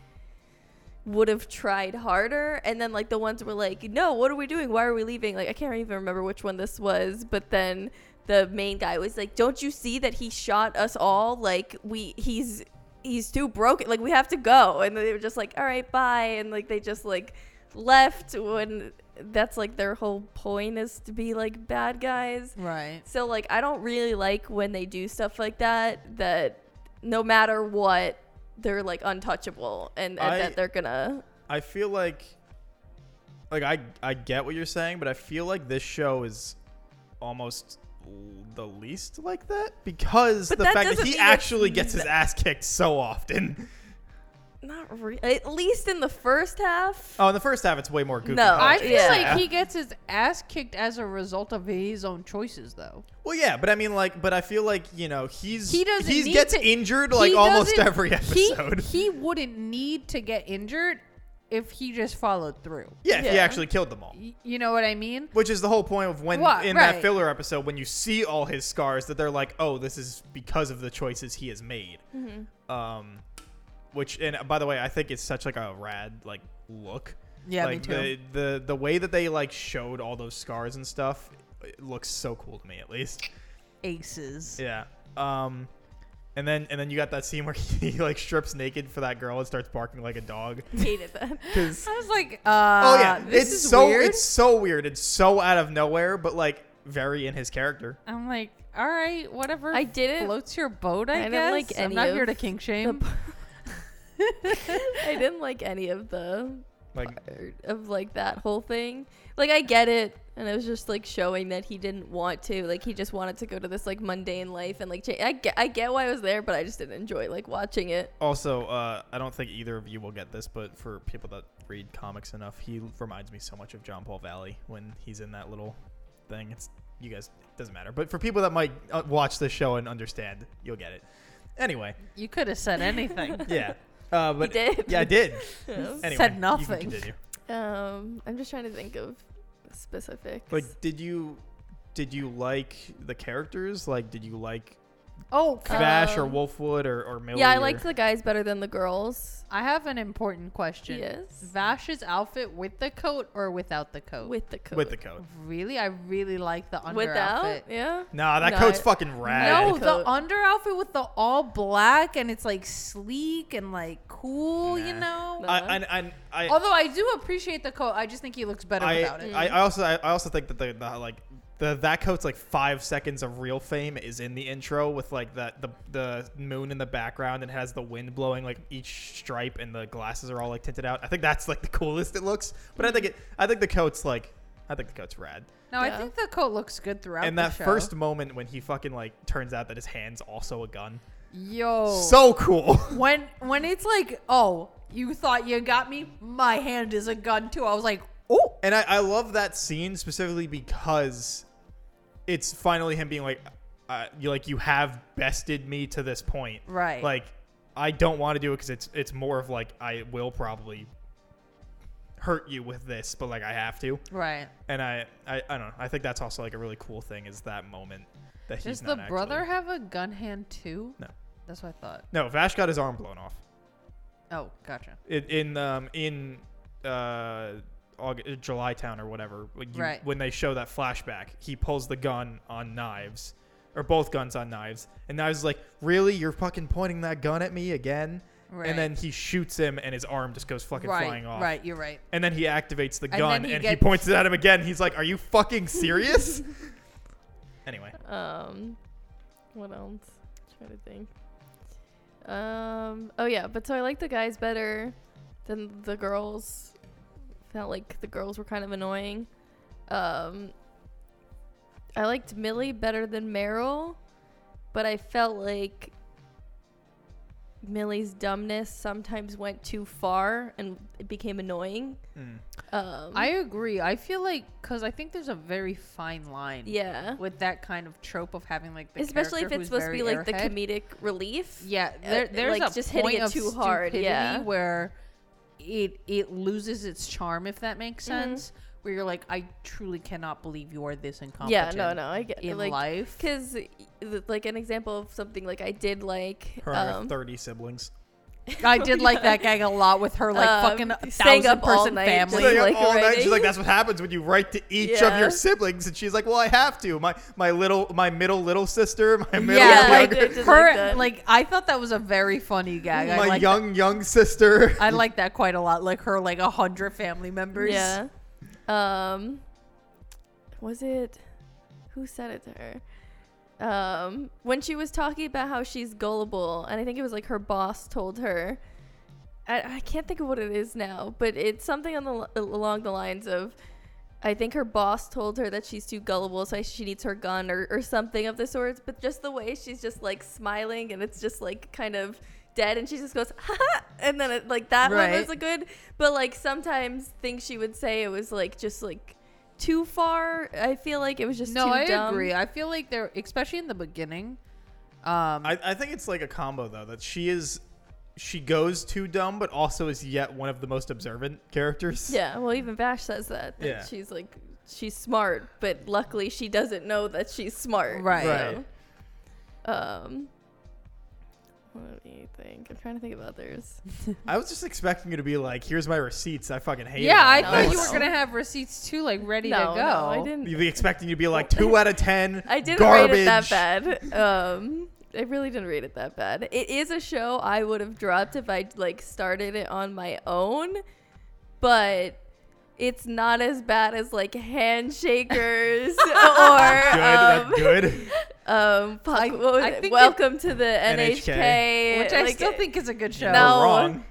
would have tried harder and then like the ones were like no what are we doing why are we leaving like i can't even remember which one this was but then the main guy was like don't you see that he shot us all like we he's he's too broken like we have to go and they were just like all right bye and like they just like left when that's like their whole point is to be like bad guys Right. so like I don't really like when they do stuff like that that no matter what they're like untouchable and, and I- that they're gonna I feel like like I I get what you're saying, but I feel like this show is almost l- the least like that because But the that fact that doesn't he mean it's actually gets his ass kicked so often. not re- at least in the first half. Oh, in the first half it's way more goofy. No, I I, feel Yeah. like he gets his ass kicked as a result of his own choices, though. well, yeah, but I mean like but I feel like, you know, he's He doesn't. he need gets to- injured he like almost doesn't- every he- episode. He, wouldn't need to get injured if he just followed through. yeah, if he Yeah. actually killed them all. Y- You know what I mean? Which is the whole point of when What, in right. that filler episode when you see all his scars that they're like, oh, this is because of the choices he has made. Mm-hmm. Um, which and uh, by the way, I think it's such like a rad like look. Yeah, me like too. The, the the way that they like showed all those scars and stuff it looks so cool to me at least. Aces. Yeah. Um, and then and then you got that scene where he, like strips naked for that girl and starts barking like a dog. Hated that. 'Cause- I was like, uh, oh yeah, this it's is so weird. it's so weird. It's so out of nowhere, but like very in his character. I'm like, all right, whatever. I didn't- floats your boat. I, I didn't guess. like I'm any not of here to kink shame. I didn't like any of the Like part of like that whole thing. Like I get it, and it was just like showing that he didn't want to. Like he just wanted to go to this like mundane life and like cha- I get I get why I was there, but I just didn't enjoy like watching it. Also, uh, I don't think either of you will get this, but for people that read comics enough, he reminds me so much of John Paul Valley when he's in that little thing. It's you guys it doesn't matter, but for people that might uh, watch this show and understand, you'll get it. Anyway, you could have said anything. yeah, uh, but did. yeah, I did. Yeah. Anyway, Said you can nothing. continue. Um, I'm just trying to think of specifics. Like, did you did you like the characters? Like, did you like Oh, c- Vash or Um, Wolfwood or or Millie? yeah, I or- liked the guys better than the girls. I have an important question. Yes. Vash's outfit with the coat or without the coat? With the coat. with the coat. really, I really like the under Without? outfit. Yeah. Nah, that No, coat's I- fucking rad. No, The the coat. under outfit with the all black and it's like sleek and like cool, you know. No. I, I, I, I, Although I do appreciate the coat, I just think he looks better I, without Mm. it. I, I also I, I also think that the, the like the that coat's like five seconds of real fame is in the intro with like that the the moon in the background and has the wind blowing like each stripe and the glasses are all like tinted out. I think that's like the coolest it looks. But I think it I think the coat's like I think the coat's rad. no, I Yeah. think the coat looks good throughout. and the that show. first moment when he fucking like turns out that his hand's also a gun. yo, So cool. when when it's like, oh, you thought you got me? My hand is a gun too. I was like, Oh, and I, I love that scene specifically because it's finally him being like, uh, you like you have bested me to this point, Right. Like, I don't want to do it because it's it's more of like I will probably hurt you with this, but like I have to, right. and I I, I don't know. I think that's also like a really cool thing is that moment that he's Does the not actually- brother have a gun hand too? No. That's what I thought. No, Vash got his arm blown off. Oh, gotcha. it, in um in uh August, July Town or whatever when you, Right. when they show that flashback he pulls the gun on knives or both guns on knives and knives is like really you're fucking pointing that gun at me again Right. and then he shoots him and his arm just goes fucking right, flying off Right, you're right. and then he activates the then gun and, he he, gets- points it at him again he's like are you fucking serious anyway Um, what else? Try to think. Um. Oh yeah, but so I like the guys better than the girls. Felt like the girls were kind of annoying. Um, I liked Millie better than Meryl, but I felt like Millie's dumbness sometimes went too far and it became annoying. Mm. Um, I agree. I feel like because I think there's a very fine line. yeah, With that kind of trope of having like the especially if character it's who's supposed to very be like the airhead. comedic relief. Yeah, there, uh, there's like, a just point hitting it of too hard, stupidity yeah. where it it loses its charm, if that makes sense. Where you're like, I truly cannot believe you are this Mm-hmm. Yeah, incompetent. no, no, I get In like life, because like an example of something like I did like Her and her um, 30 siblings. I did like that gag a lot with her like Oh, Um, fucking staying thousand up all person night just family. like- Staying up all night. She's writing. like, that's what happens when you write to each of Yeah. your siblings. And she's like, well, I have to. My my little my middle little sister, my middle yeah, Yeah, like younger, I did just like her. that. Like I thought that was a very funny gag. I Oh my like young young sister. I like that quite a lot. Like her, like a hundred family members. Yeah. Um, was it who said it to her? Um, when she was talking about how she's gullible, and I think it was like her boss told her. I, I can't think of what it is now, but it's something on the li- along the lines of, I think her boss told her that she's too gullible, so she needs her gun or, or something of the sorts. But just the way she's just like smiling, and it's just like kind of dead, and she just goes, ha ha, and then it, like that one Right. was a good. But like sometimes things she would say, it was like just like too far. I feel like it was just no, Too I dumb. agree. I feel like they're especially in the beginning. Um, I, I think it's like a combo though that she is she goes too dumb but also is yet one of the most observant characters. Yeah, well, even Vash says that. that Yeah. She's like, she's smart, but luckily she doesn't know that she's smart. Right. Right. so, Um, what do you think? I'm trying to think of others. I was just expecting you to be like, here's my receipts. I fucking hate yeah, I it. thought No, you were no. gonna have receipts too, like ready no, to go. no, I didn't. You'd be expecting you to be like two out of ten. I didn't garbage. rate it that bad. Um, I really didn't rate it that bad. It is a show I would have dropped if I like started it on my own, but it's not as bad as like Handshakers or Good, um, that's good. Um, fuck, I- what was I it? think Welcome to the NHK, NHK. Which I like, eh, still think is a good show. We're No. wrong.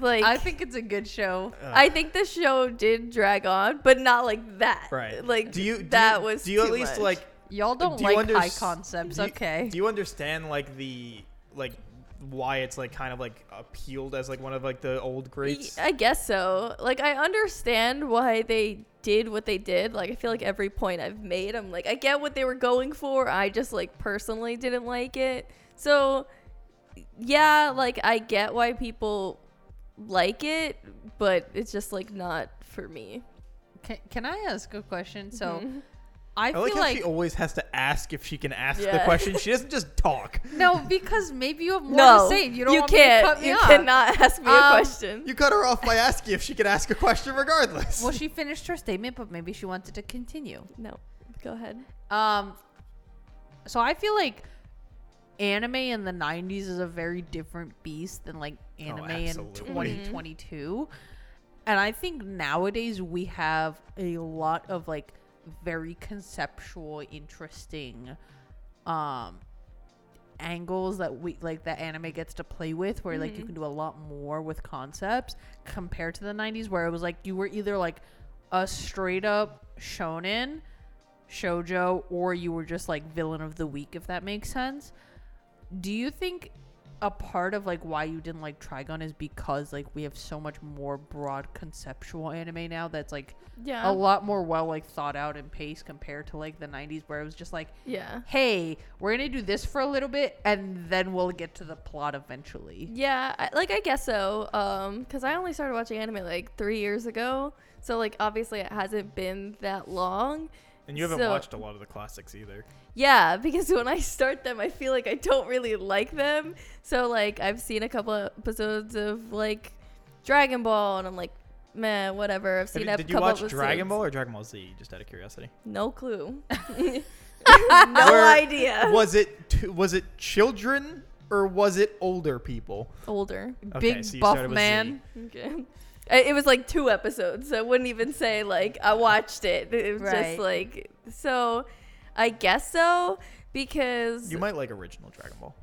Like, I think it's a good show. I think the show did drag on, but not like that. Right. Like, do you do that you- was do you at too least much. like Y'all don't do you like under- high concepts, do you- okay? Do you understand like the like why it's like kind of like appealed as like one of like the old greats? I guess so. Like, I understand why they did what they did. Like, I feel like every point I've made, I'm like, I get what they were going for. I just like personally didn't like it. So, yeah, like I get why people like it, but it's just like not for me. can, can I ask a question? So Mhm. I I like feel how like, she always has to ask if she can ask the Yeah. question. She doesn't just talk. no, because maybe you have more no, to say. You don't want can't. me to cut me you off. cannot ask me Um, a question. You cut her off by asking if she could ask a question regardless. Well, she finished her statement, but maybe she wanted to continue. no, go ahead. Um, so I feel like anime in the 90s is a very different beast than like anime in absolutely. 2022. And I think nowadays we have a lot of like very conceptual, interesting um angles that we like that anime gets to play with where like you can do a lot more with concepts compared to the 90s where it was like you were either like a straight up shonen shojo or you were just like villain of the week if that makes sense do you think a part of like why you didn't like Trigon is because like we have so much more broad conceptual anime now that's like a Yeah. lot more well like thought out and paced compared to like the 90s where it was just like yeah. hey, we're gonna do this for a little bit and then we'll get to the plot eventually. Yeah, I, like I guess so. Um, cause I only started watching anime like three years ago, so like obviously it hasn't been that long. and you haven't so- watched a lot of the classics either. Yeah, because when I start them, I feel like I don't really like them. So like I've seen a couple of episodes of like Dragon Ball, and I'm like, meh, whatever. I've Have seen you, a did you couple watch episodes. Dragon Ball or Dragon Ball Z? Just out of curiosity. No clue. no Where- idea. was it t- was it children or was it older people? Older. Okay, Big so you started buff with man. Okay. I- It was like two episodes. So I wouldn't even say like I watched it. It was Right. just like so. I guess so because You might like original Dragon Ball.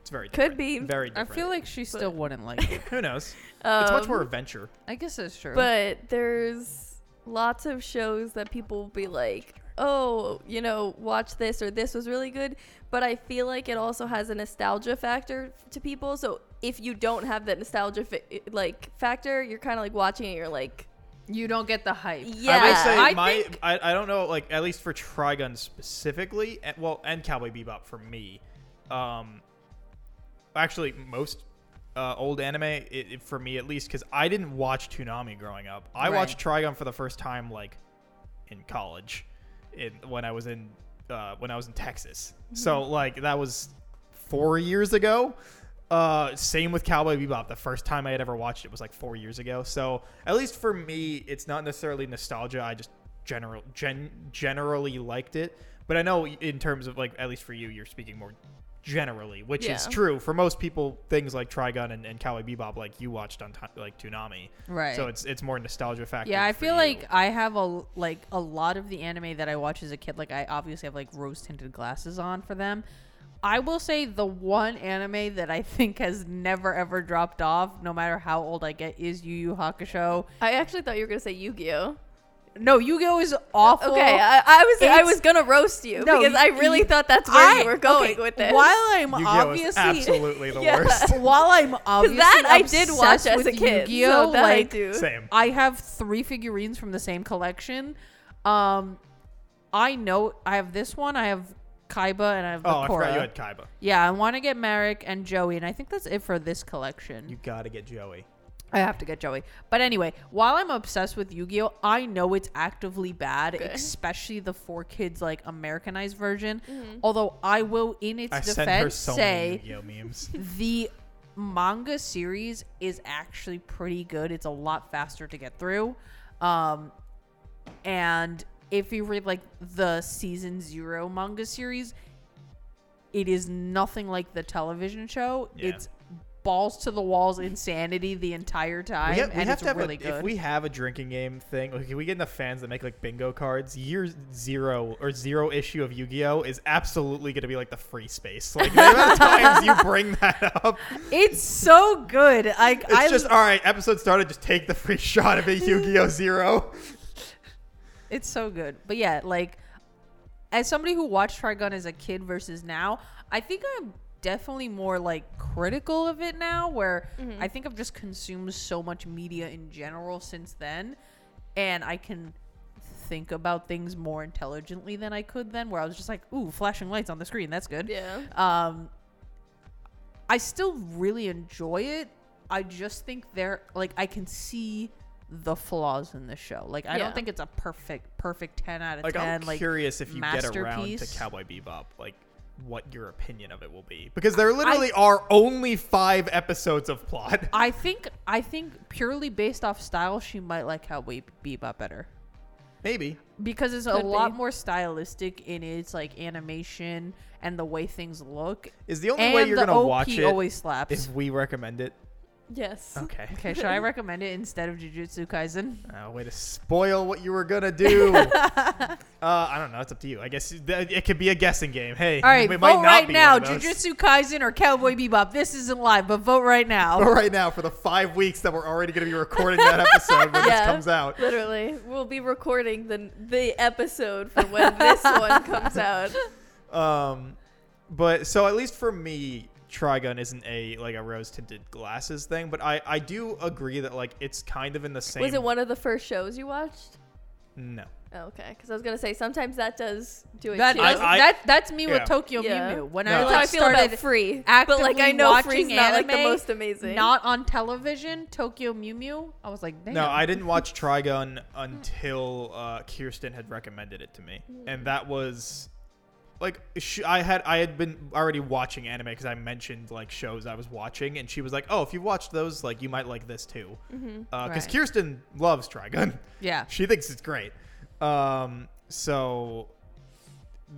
It's very Could different. be. very I different. feel like she still wouldn't like it. who knows. um, it's much more adventure. I guess that's true. But there's lots of shows that people will be like, oh, you know, watch this or this was really good. But I feel like it also has a nostalgia factor to people. So if you don't have that nostalgia fa- like factor, you're kind of like watching it. You're like, You don't get the hype. yeah, I would say I my think- I, I don't know like at least for Trigun specifically, and, well, and Cowboy Bebop for me. Um, actually, most uh, old anime it, it- for me at least because I didn't watch Toonami growing up. I Right. watched Trigun for the first time like in college, in when I was in uh, when I was in Texas. Mm-hmm. So like that was four years ago. Uh, same with Cowboy Bebop. The first time I had ever watched it was like four years ago. So at least for me, it's not necessarily nostalgia. I just general gen, generally liked it. But I know in terms of like at least for you, you're speaking more generally, which is Yeah. true for most people. Things like Trigun and, and Cowboy Bebop, like you watched on Ti- like Toonami, Right. So it's it's more nostalgia factor. Yeah, I for feel you. like I have a like a lot of the anime that I watch as a kid. Like I obviously have like rose tinted glasses on for them. I will say the one anime that I think has never ever dropped off, no matter how old I get, is Yu Yu Hakusho. I actually thought you were gonna say Yu-Gi-Oh. No, Yu Gi Oh is awful. Okay, I, I was I It's- was gonna roast you No, because you- I really you- thought that's where I- you were going okay, with this. While I'm Yu-Gi-Oh obviously, is absolutely the Yeah. worst. while I'm obviously that I did watch obsessed as with a kid. Yu-Gi-Oh, so that like, I do. Same. I have three figurines from the same collection. Um, I know I have this one. I have Kaiba and I have the Oh, Korra. I forgot you had Kaiba. yeah, I want to get Merrick and Joey, and I think that's it for this collection. You gotta get Joey. I have to get Joey. But anyway, while I'm obsessed with Yu-Gi-Oh, I know it's actively bad, Okay. especially the four kids like Americanized version. Although I will, in its I sent her defense, so say many Yu-Gi-Oh memes. the manga series is actually pretty good. It's a lot faster to get through. Um, and if you read like the season zero manga series, it is nothing like the television show. Yeah. It's balls to the walls insanity the entire time. We have, we and have it's to have really a, good. if we have a drinking game thing. Like, if we get enough fans that make like bingo cards. Year zero or zero issue of Yu-Gi-Oh is absolutely going to be like the free space. Like the amount of times you bring that up, it's so good. Like it's I just all right. Episode started. Just take the free shot of it. Yu-Gi-Oh zero. It's so good. But yeah, like as somebody who watched Trigun as a kid versus now, I think I'm definitely more like critical of it now where I think I've just consumed so much media in general since then and I can think about things more intelligently than I could then where I was just like, "Ooh, flashing lights on the screen, that's good." Yeah. Um, I still really enjoy it. I just think there, like, I can see the flaws in the show. Like, I Yeah. don't think it's a perfect, perfect ten out of Like ten. I'm like, curious if you get around to masterpiece. Cowboy Bebop. Like what your opinion of it will be because there literally are only five episodes of plot. I think, I think purely based off style, she might like Cowboy Bebop better Maybe. because it's a Could lot be. more stylistic in its like animation and the way things look. Is the only And way you're the gonna OP watch it always slaps. if we recommend it? Yes. Okay. okay, should I recommend it instead of Jujutsu Kaisen? Oh, way to spoil what you were gonna do. uh, I don't know. It's up to you. I guess th- it could be a guessing game. Hey, All right, we vote might not right be now. one of those. Jujutsu Kaisen or Cowboy Bebop. This isn't live, but vote right Vote now. right now for the five weeks that we're already gonna be recording that episode when this Yeah. comes out. Literally, we'll be recording the the episode for when this one comes out. Um, but so at least for me, Trigun isn't a like a rose tinted glasses thing. But I I do agree that like it's kind of in the same. Was it one of the first shows you watched? No. Oh, okay, because I was gonna say sometimes that does do it. That too. I- is- I- that- that's me yeah. with Tokyo Yeah. Mew Mew. When No. I That's like, how I feel started about Free. But actively like I know watching Free's not anime, like the most amazing. not on television, Tokyo Mew Mew, I was like, damn. No, I didn't watch Trigun until uh, Kirsten had recommended it to me, and that was like sh I had I had been already watching anime because I mentioned like shows I was watching, and she was like, "Oh, if you watched those, like you might like this too," because Mm-hmm. Right. Kirsten loves Trigun. Yeah. she thinks it's great. Um, so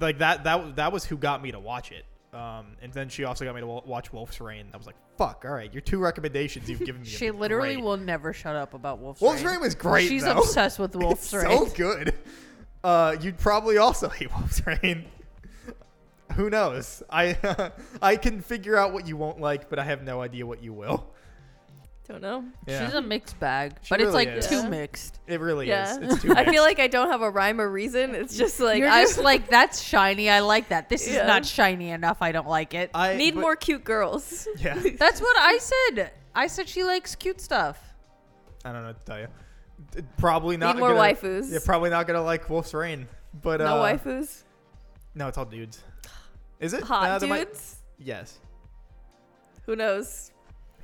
like that that that was who got me to watch it. Um, and then she also got me to wa- watch Wolf's Rain. I was like, "Fuck! All right, your two recommendations you've given me." have She been literally great." will never shut up about Wolf's Wolf's Rain. Rain was great. She's though. obsessed with Wolf's It's Rain. So good. Uh, you'd probably also hate Wolf's Rain. Who knows? I I can figure out what you won't like, but I have no idea what you will. Don't know. Yeah. She's a mixed bag, She but it's really like is. too Yeah. mixed. it really Yeah. is. It's too. I mixed. feel like I don't have a rhyme or reason. It's just like You're I just like that's shiny. I like that. This Yeah. is not shiny enough. I don't like it. I need but- more cute girls. Yeah. that's what I said. I said she likes cute stuff. I don't know what to tell you. D- Probably not. Need more gonna, waifus. Yeah, probably not gonna like Wolf's Rain. But no uh, waifus. No, it's all dudes. Is it Hot Nah, there might- dudes. yes. Who knows?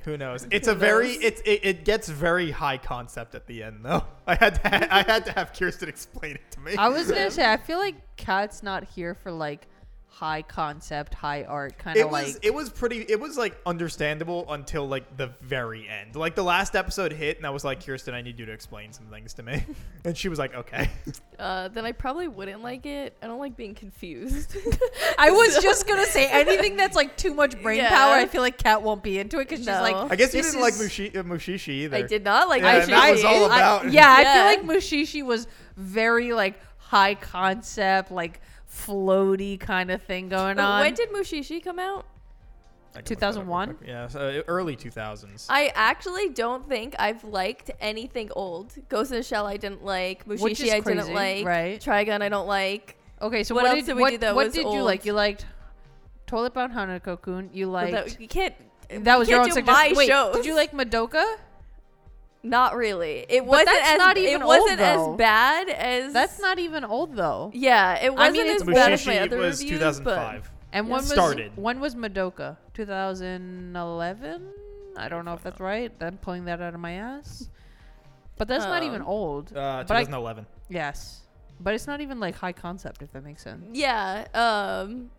Who knows? It's Who a very knows? it's it, it gets very high concept at the end though. I had to I had to have Kirsten explain it to me. I was gonna say I feel like Kat's not here for like high concept, high art kind it of was like. it was pretty it was like understandable until like the very end. Like the last episode hit and I was like Kirsten, I need you to explain some things to me. and she was like, "Okay." Uh, then I probably wouldn't like it. I don't like being confused. I was just gonna say anything that's like too much brain Yeah. power. I feel like Kat won't be into it because she's No. like. I guess you this didn't like is- Mushi- uh, Mushishi either. I did not like Yeah, my and that was shade. all I- about- yeah, I Yeah. feel like Mushishi was very like high concept, like floaty kind of thing going on. When did Mushishi come out? I can look that up real 2001? quick. Yeah, so uh, early 2000s. I actually don't think I've liked anything old. Ghost in the Shell I didn't like. Which Mushishi is I didn't crazy, like. right. Trigun I don't like. okay, so what what, else did, did we what, do that what was did you old? like? You liked Toilet Bound Hanako-kun. You But liked that- that, you can't. was your you can't own do suggestion. my Wait, shows. did you like Madoka? Not really. It wasn't that's as not it even old, wasn't though. as bad as That's not even old though. Yeah, it I wasn't mean, as it's bad as my Mushishi other was reviews, 2005. And Yeah. when was Started. when was Madoka? 2011. I don't know if that's right. I'm pulling that out of my ass. But that's not Um, even old. Uh, but I- 2011. Yes. But it's not even like high concept, if that makes sense. But yeah, um,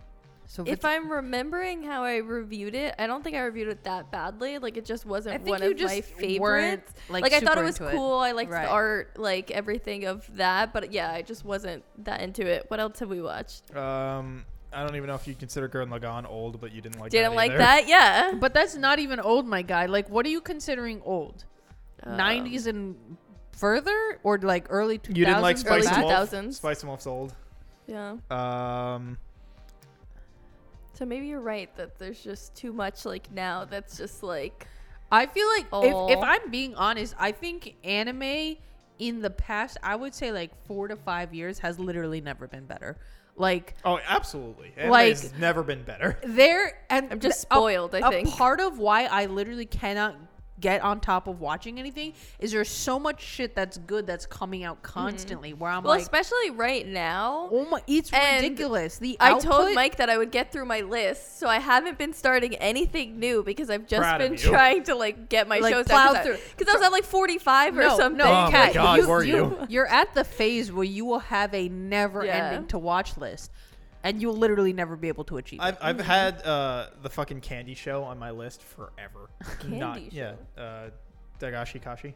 So if I'm remembering how I reviewed it, I don't think I reviewed it that badly. Like it just wasn't one of my favorites. Like, I thought super it was into cool. I liked Right. the art, like everything of that. But yeah, I just wasn't that into it. What else have we watched? Um, I don't even know if you consider Gurren Lagann old, but you didn't like. Didn't that like either. that. Yeah. But that's not even old, my guy. Like, what are you considering old? Uh, Um, 90s and further, or like early 2000s? You didn't like or Spice early and back? Wolf. 2000s. Spice and Wolf's old. Yeah. Um, So maybe you're right that there's just too much like now. That's just like I feel like if, if Aw. I'm being honest, I think anime in the past, I would say like four to five years, has literally never been better. Like, oh, absolutely. Like- Anime's never been better. there and I'm just th- a- spoiled, I a think. part of why I literally cannot get on top of watching anything is there's so much shit that's good that's coming out constantly where I'm Mm-hmm. well, like, especially right now. oh my, it's and ridiculous. The I output, told Mike that I would get through my list, so I haven't been starting anything new because I've just Proud of been you. trying to like get my Like, shows plow out through. because I was at like 45 or no, something. no, Oh my Kat, God, you, were you? you? You're at the phase where you will have a never-ending Yeah. to watch list, and you'll literally never be able to achieve. it. I've, I've had uh, the fucking candy show on my list forever. Candy Not, show? Yeah. Uh, Dagashi Kashi.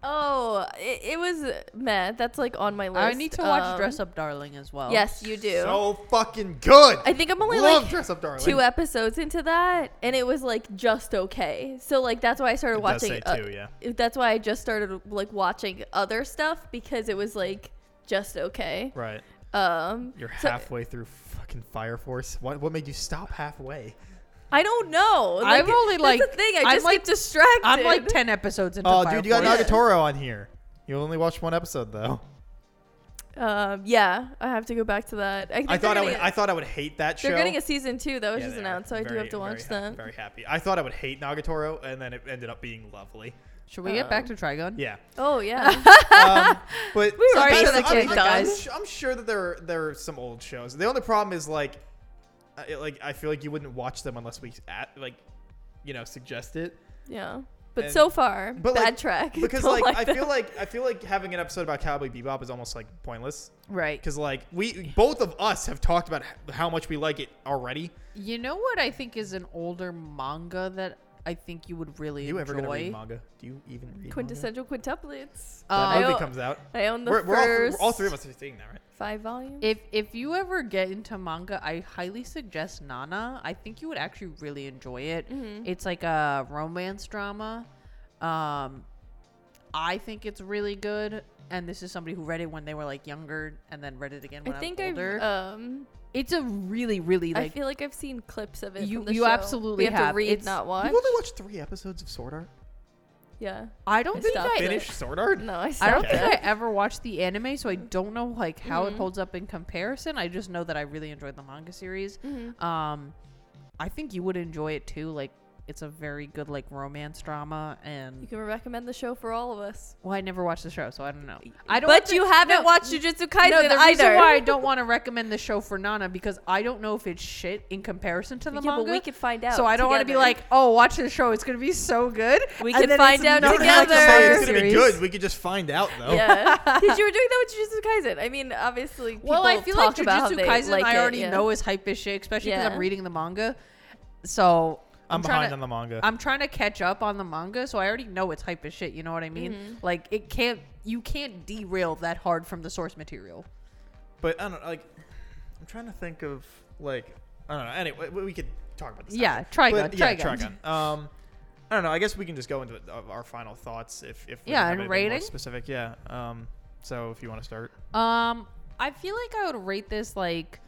Oh, it, it was meh. That's like on my list. I need to watch Um, Dress Up Darling as well. Yes, you do. So fucking good. I think I'm only Love like Dress Up Darling. two episodes into that, and it was like just okay. So like that's why I started It does watching. say uh, two, yeah. it- That's why I just started like watching other stuff because it was like just okay. Right. Um, You're so- halfway through fucking Fire Force. What, what made you stop halfway? I don't know. I've only, that's like- the thing. I I'm, just like- get distracted. I'm like ten episodes into. Oh, Fire dude, you got Force. Force. Nagatoro on here. You only watched one episode though. Um, yeah, I have to go back to that. I, think I they're thought I would. getting a- I thought I would hate that show. they're getting a season two that was Yeah, just they are. announced, so I do Very- have to very watch ha- that. Very happy. I thought I would hate Nagatoro, and then it ended up being lovely. Should we get back to Um, Trigun? Yeah, Oh yeah, um, but We were Sorry for the I'm- kid, I'm, guys. I'm, I'm sure that there are, there are some old shows. The only problem is like, I- it- like I feel like you wouldn't watch them unless we at like, you know, suggest it. yeah. But And- so far, but, bad like, track. Because Don't like, I that. feel like I feel like having an episode about Cowboy Bebop is almost like pointless. Right. Because like we both of us have talked about h- how much we like it already. You know what I think is an older manga that I think you would really you ever enjoy. gonna read manga? Do you even read manga? quintessential quintuplets. Uh, That I movie o- comes out. I own the We're, we're all, th- first we're all three of us are seeing that, right? five volumes. if if you ever get into manga, I highly suggest Nana. I think you would actually really enjoy it. Mm-hmm. It's like a romance drama. Um, I think it's really good. And this is somebody who read it when they were like younger, and then read it again I when I think am I've older. um, it's a really really I like feel like I've seen clips of it. You- from the you show. absolutely we have, have. to read, It's- not You've watch. only watched three episodes of Sword Art. Yeah. I don't I think stopped I. it. Finish Sword Art? No, I I don't stopped think that. I ever watched the anime, so I Mm-hmm. don't know like how Mhm. it holds up in comparison. I just know that I really enjoyed the manga series. Mhm. Um, I think you would enjoy it too. Like, it's a very good like romance drama, and You can recommend the show for all of us. well, I never watched the show, so I don't know. I don't. but think- you haven't no, watched Jujutsu Kaisen no, the either. reason why I don't want to recommend the show for Nana because I don't know if it's shit in comparison to the yeah, manga. but we could find out. so I don't want to be together. like, oh, watch this show. It's gonna be so good. We and could then find it's out not Nobody likes to say together. like it's the gonna be series. good. We could just find out though. yeah, because you were doing that with Jujutsu Kaisen. I mean, obviously, people Well, I feel like talk about how Jujutsu they Kaisen, like I it, already yeah. know is hype as shit, especially because Yeah. I'm reading the manga. So I'm, trying behind to, on the manga. I'm trying to catch up on the manga, so I already know it's hype as shit. You know what I mean? Mm-hmm. Like it can't, you can't derail that hard from the source material. but I don't like. I'm trying to think of like I don't know. Anyway, we, we could talk about this. Yeah, after. Trigun, But, yeah, Trigun. Trigun. Um, I don't know. I guess we can just go into it, of our final thoughts if if we Yeah, have and anything more rating? specific. Yeah. Um. So if you want to start, Um, I feel like I would rate this like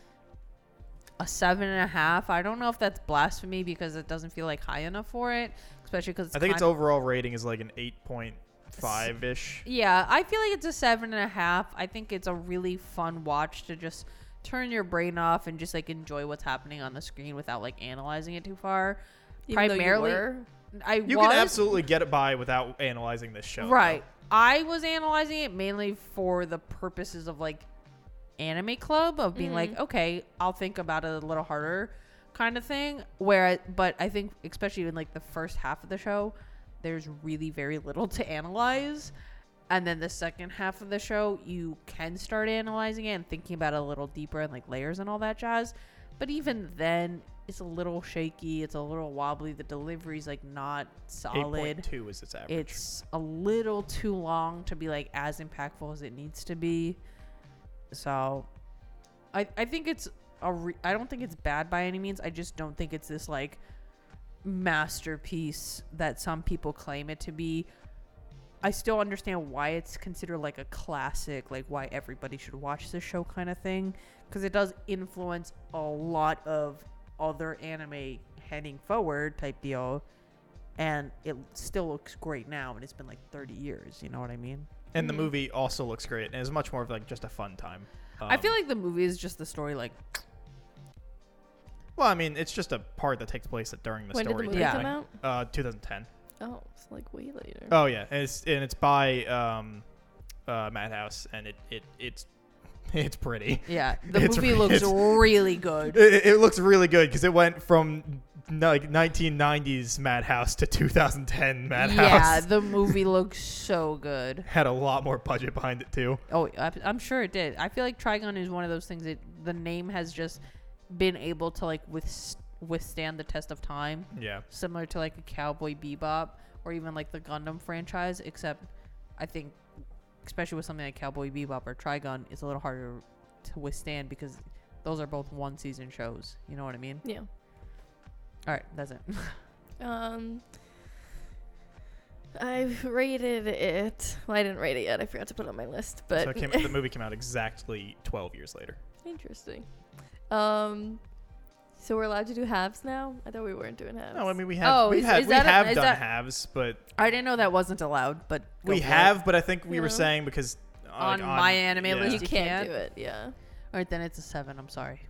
a seven and a half. I don't know if that's blasphemy because it doesn't feel like high enough for it, especially because I think its kind- overall rating is like an eight point five ish. Yeah, I feel like it's a seven and a half. I think it's a really fun watch to just turn your brain off and just like enjoy what's happening on the screen without like analyzing it too far. Even though you Primarily, were. I You was can absolutely get it by without analyzing this show. though. right. I was analyzing it mainly for the purposes of like anime club of being like, Mm-hmm. okay, I'll think about it a little harder, kind of thing. Where, I, but I think especially in like the first half of the show, there's really very little to analyze. And then the second half of the show, you can start analyzing it and thinking about it a little deeper and like layers and all that jazz. But even then, it's a little shaky. It's a little wobbly. The delivery's like not Eight solid point two is its average. it's a little too long to be like as impactful as it needs to be. So I I think it's a re- I don't think it's bad by any means. I just don't think it's this like masterpiece that some people claim it to be. I still understand why it's considered like a classic, like why everybody should watch this show kind of thing because it does influence a lot of other anime heading forward type deal and it still looks great now and it's been like 30 years you know what i mean and the movie also looks great and is much more of like just a fun time. i Um, feel like the movie is just the story like Well, I mean, it's just a part that takes place during the When did the story. movie type come thing. out? Uh, 2010. Oh, it's like way later. Oh yeah, and it's and it's by um, uh, Madhouse, and it, it it's it's pretty. yeah the It's- movie looks it's- really good It, it looks really good because it went from like 1990s Madhouse to 2010 Madhouse. yeah the movie looks so good Had a lot more budget behind it too. oh I, i'm sure it did i feel like trigon is one of those things that the name has just been able to like with, withstand the test of time Yeah, similar to like a Cowboy Bebop or even like the Gundam franchise, except I think especially with something like Cowboy Bebop or Trigun, it's a little harder to withstand because those are both one season shows. You know what I mean? Yeah. All right, that's it. Um, I rated it. Well, I didn't rate it yet. I forgot to put it on my list. But so it came, the movie came out exactly 12 years later. interesting. Um, so we're allowed to do halves now. I thought we weren't doing halves. No, I mean we have Oh, we is- have is we that a- have is done that- halves, but I didn't know that wasn't allowed, but go we for it. have. But I think we were Yeah. saying because uh, On like, my anime yeah. list, you you can't can't? do it. Yeah. All right, then it's a seven. I'm sorry.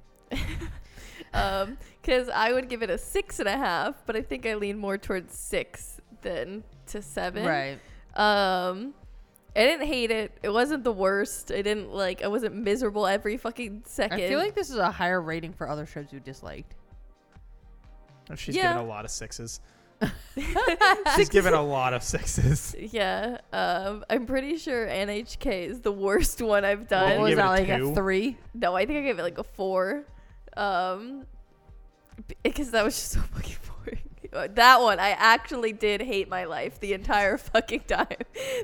Um, because I would give it a six and a half, but I think I lean more towards six than to seven. Right. Um, I didn't hate it. It wasn't the worst. I didn't like. I wasn't miserable every fucking I second. feel like this is a higher rating for other shows you disliked. Oh, She's Yeah. given a lot of sixes. She's given a lot of sixes. Yeah, um, I'm pretty sure NHK is the worst one I've Well, What you done. was gave it that like a two? a three? No, I think I gave it like a four, um, because that was just so fucking boring. Uh, That one, I actually did hate my life the entire fucking time.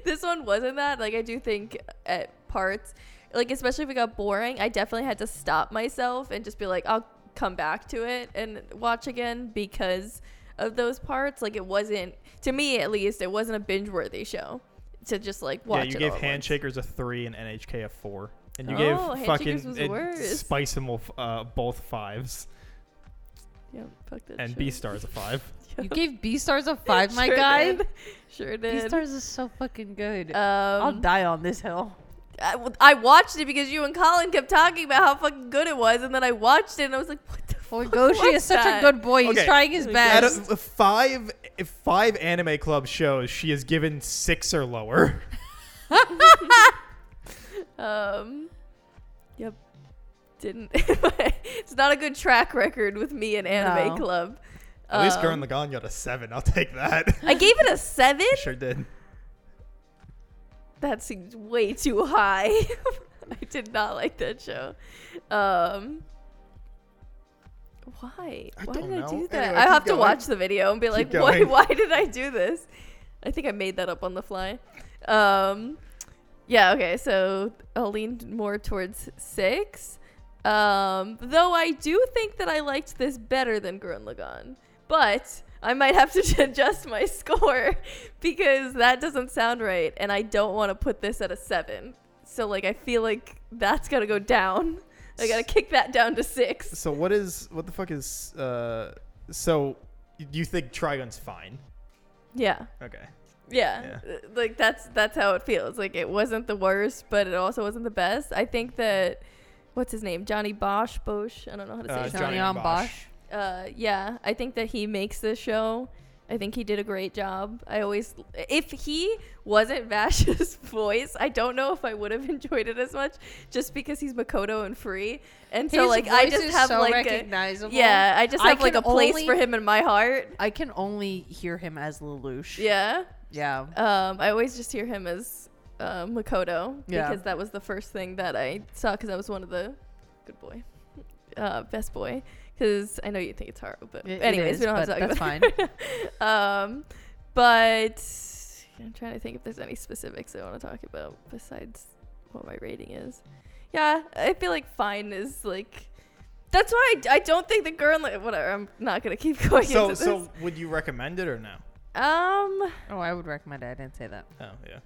This one wasn't that. Like, I do think at parts, like especially if it got boring, I definitely had to stop myself and just be like, I'll come back to it and watch again because of those parts. Like, it wasn't to me at least, it wasn't a binge-worthy show to just like watch. yeah, you it gave all at once. Handshakers a three and NHK a four, and you Oh, gave Handshakers fucking was and worse. Spice and Wolf uh, both fives. Yeah, fuck that and shit. B Star's a five. You gave B stars a five, my Sure guy. did. Um, Sure B did. Um, stars is so fucking good. I'll i die on this hill. well, I watched it because you and Colin kept talking about how fucking good it was, and then I watched it and I was like, what the Boy, fuck Goshi was is such that? a good boy. He's Okay. trying his At Out best. of five five anime club shows, she is given six or lower. Um, yep. Didn't. it's not a good track record with me and Anime No. Club. At least Gurren Um, Lagann got a seven. I'll take that. I gave it a seven. sure did. That seems way too high. I did not like that show. Um, why? I why don't did I know. do that? Anyway, I keep have going. to watch the video and be like, why? going. Why did I do this? I think I made that up on the fly. Um, yeah. Okay. So I'll lean more towards six. Um, though I do think that I liked this better than Gurren Lagann, but I might have to adjust my score because that doesn't sound right, and I don't want to put this at a seven. So like I feel like that's gotta go down. I gotta kick that down to six. So what is what the fuck is uh? So you think Trigun's fine? Yeah. Okay. Yeah. Uh, Like that's that's how it feels. Like it wasn't the worst, but it also wasn't the best. I think that what's his name? Johnny Bosch Bosch. I don't know how to say Uh, his Johnny Johnny and on Bosch. Bosch. uh, yeah, I think that he makes this show. I think he did a great job. I always, if he wasn't Vash's voice, I don't know if I would have enjoyed it as much, just because he's Makoto and free, and so His like I voice just is have so like a, recognizable. yeah, I just I have like a can place only- for him in my heart. I can only hear him as Lelouch. Yeah, Yeah. um, I always just hear him as uh, Makoto Yeah. because that was the first thing that I saw because I was one of the good boy, uh, best boy. Because I know you think it's hard, but It- it anyways, is, we don't have to but talk about that's it. um, but I'm trying to think if there's any specifics I want to talk about besides what my rating is. Yeah, I feel like fine is like. That's why I, I don't think the girl. Whatever, I'm not gonna keep going. So into this. so would you recommend it or no? um, Oh, I would recommend it. I didn't say that. Oh yeah.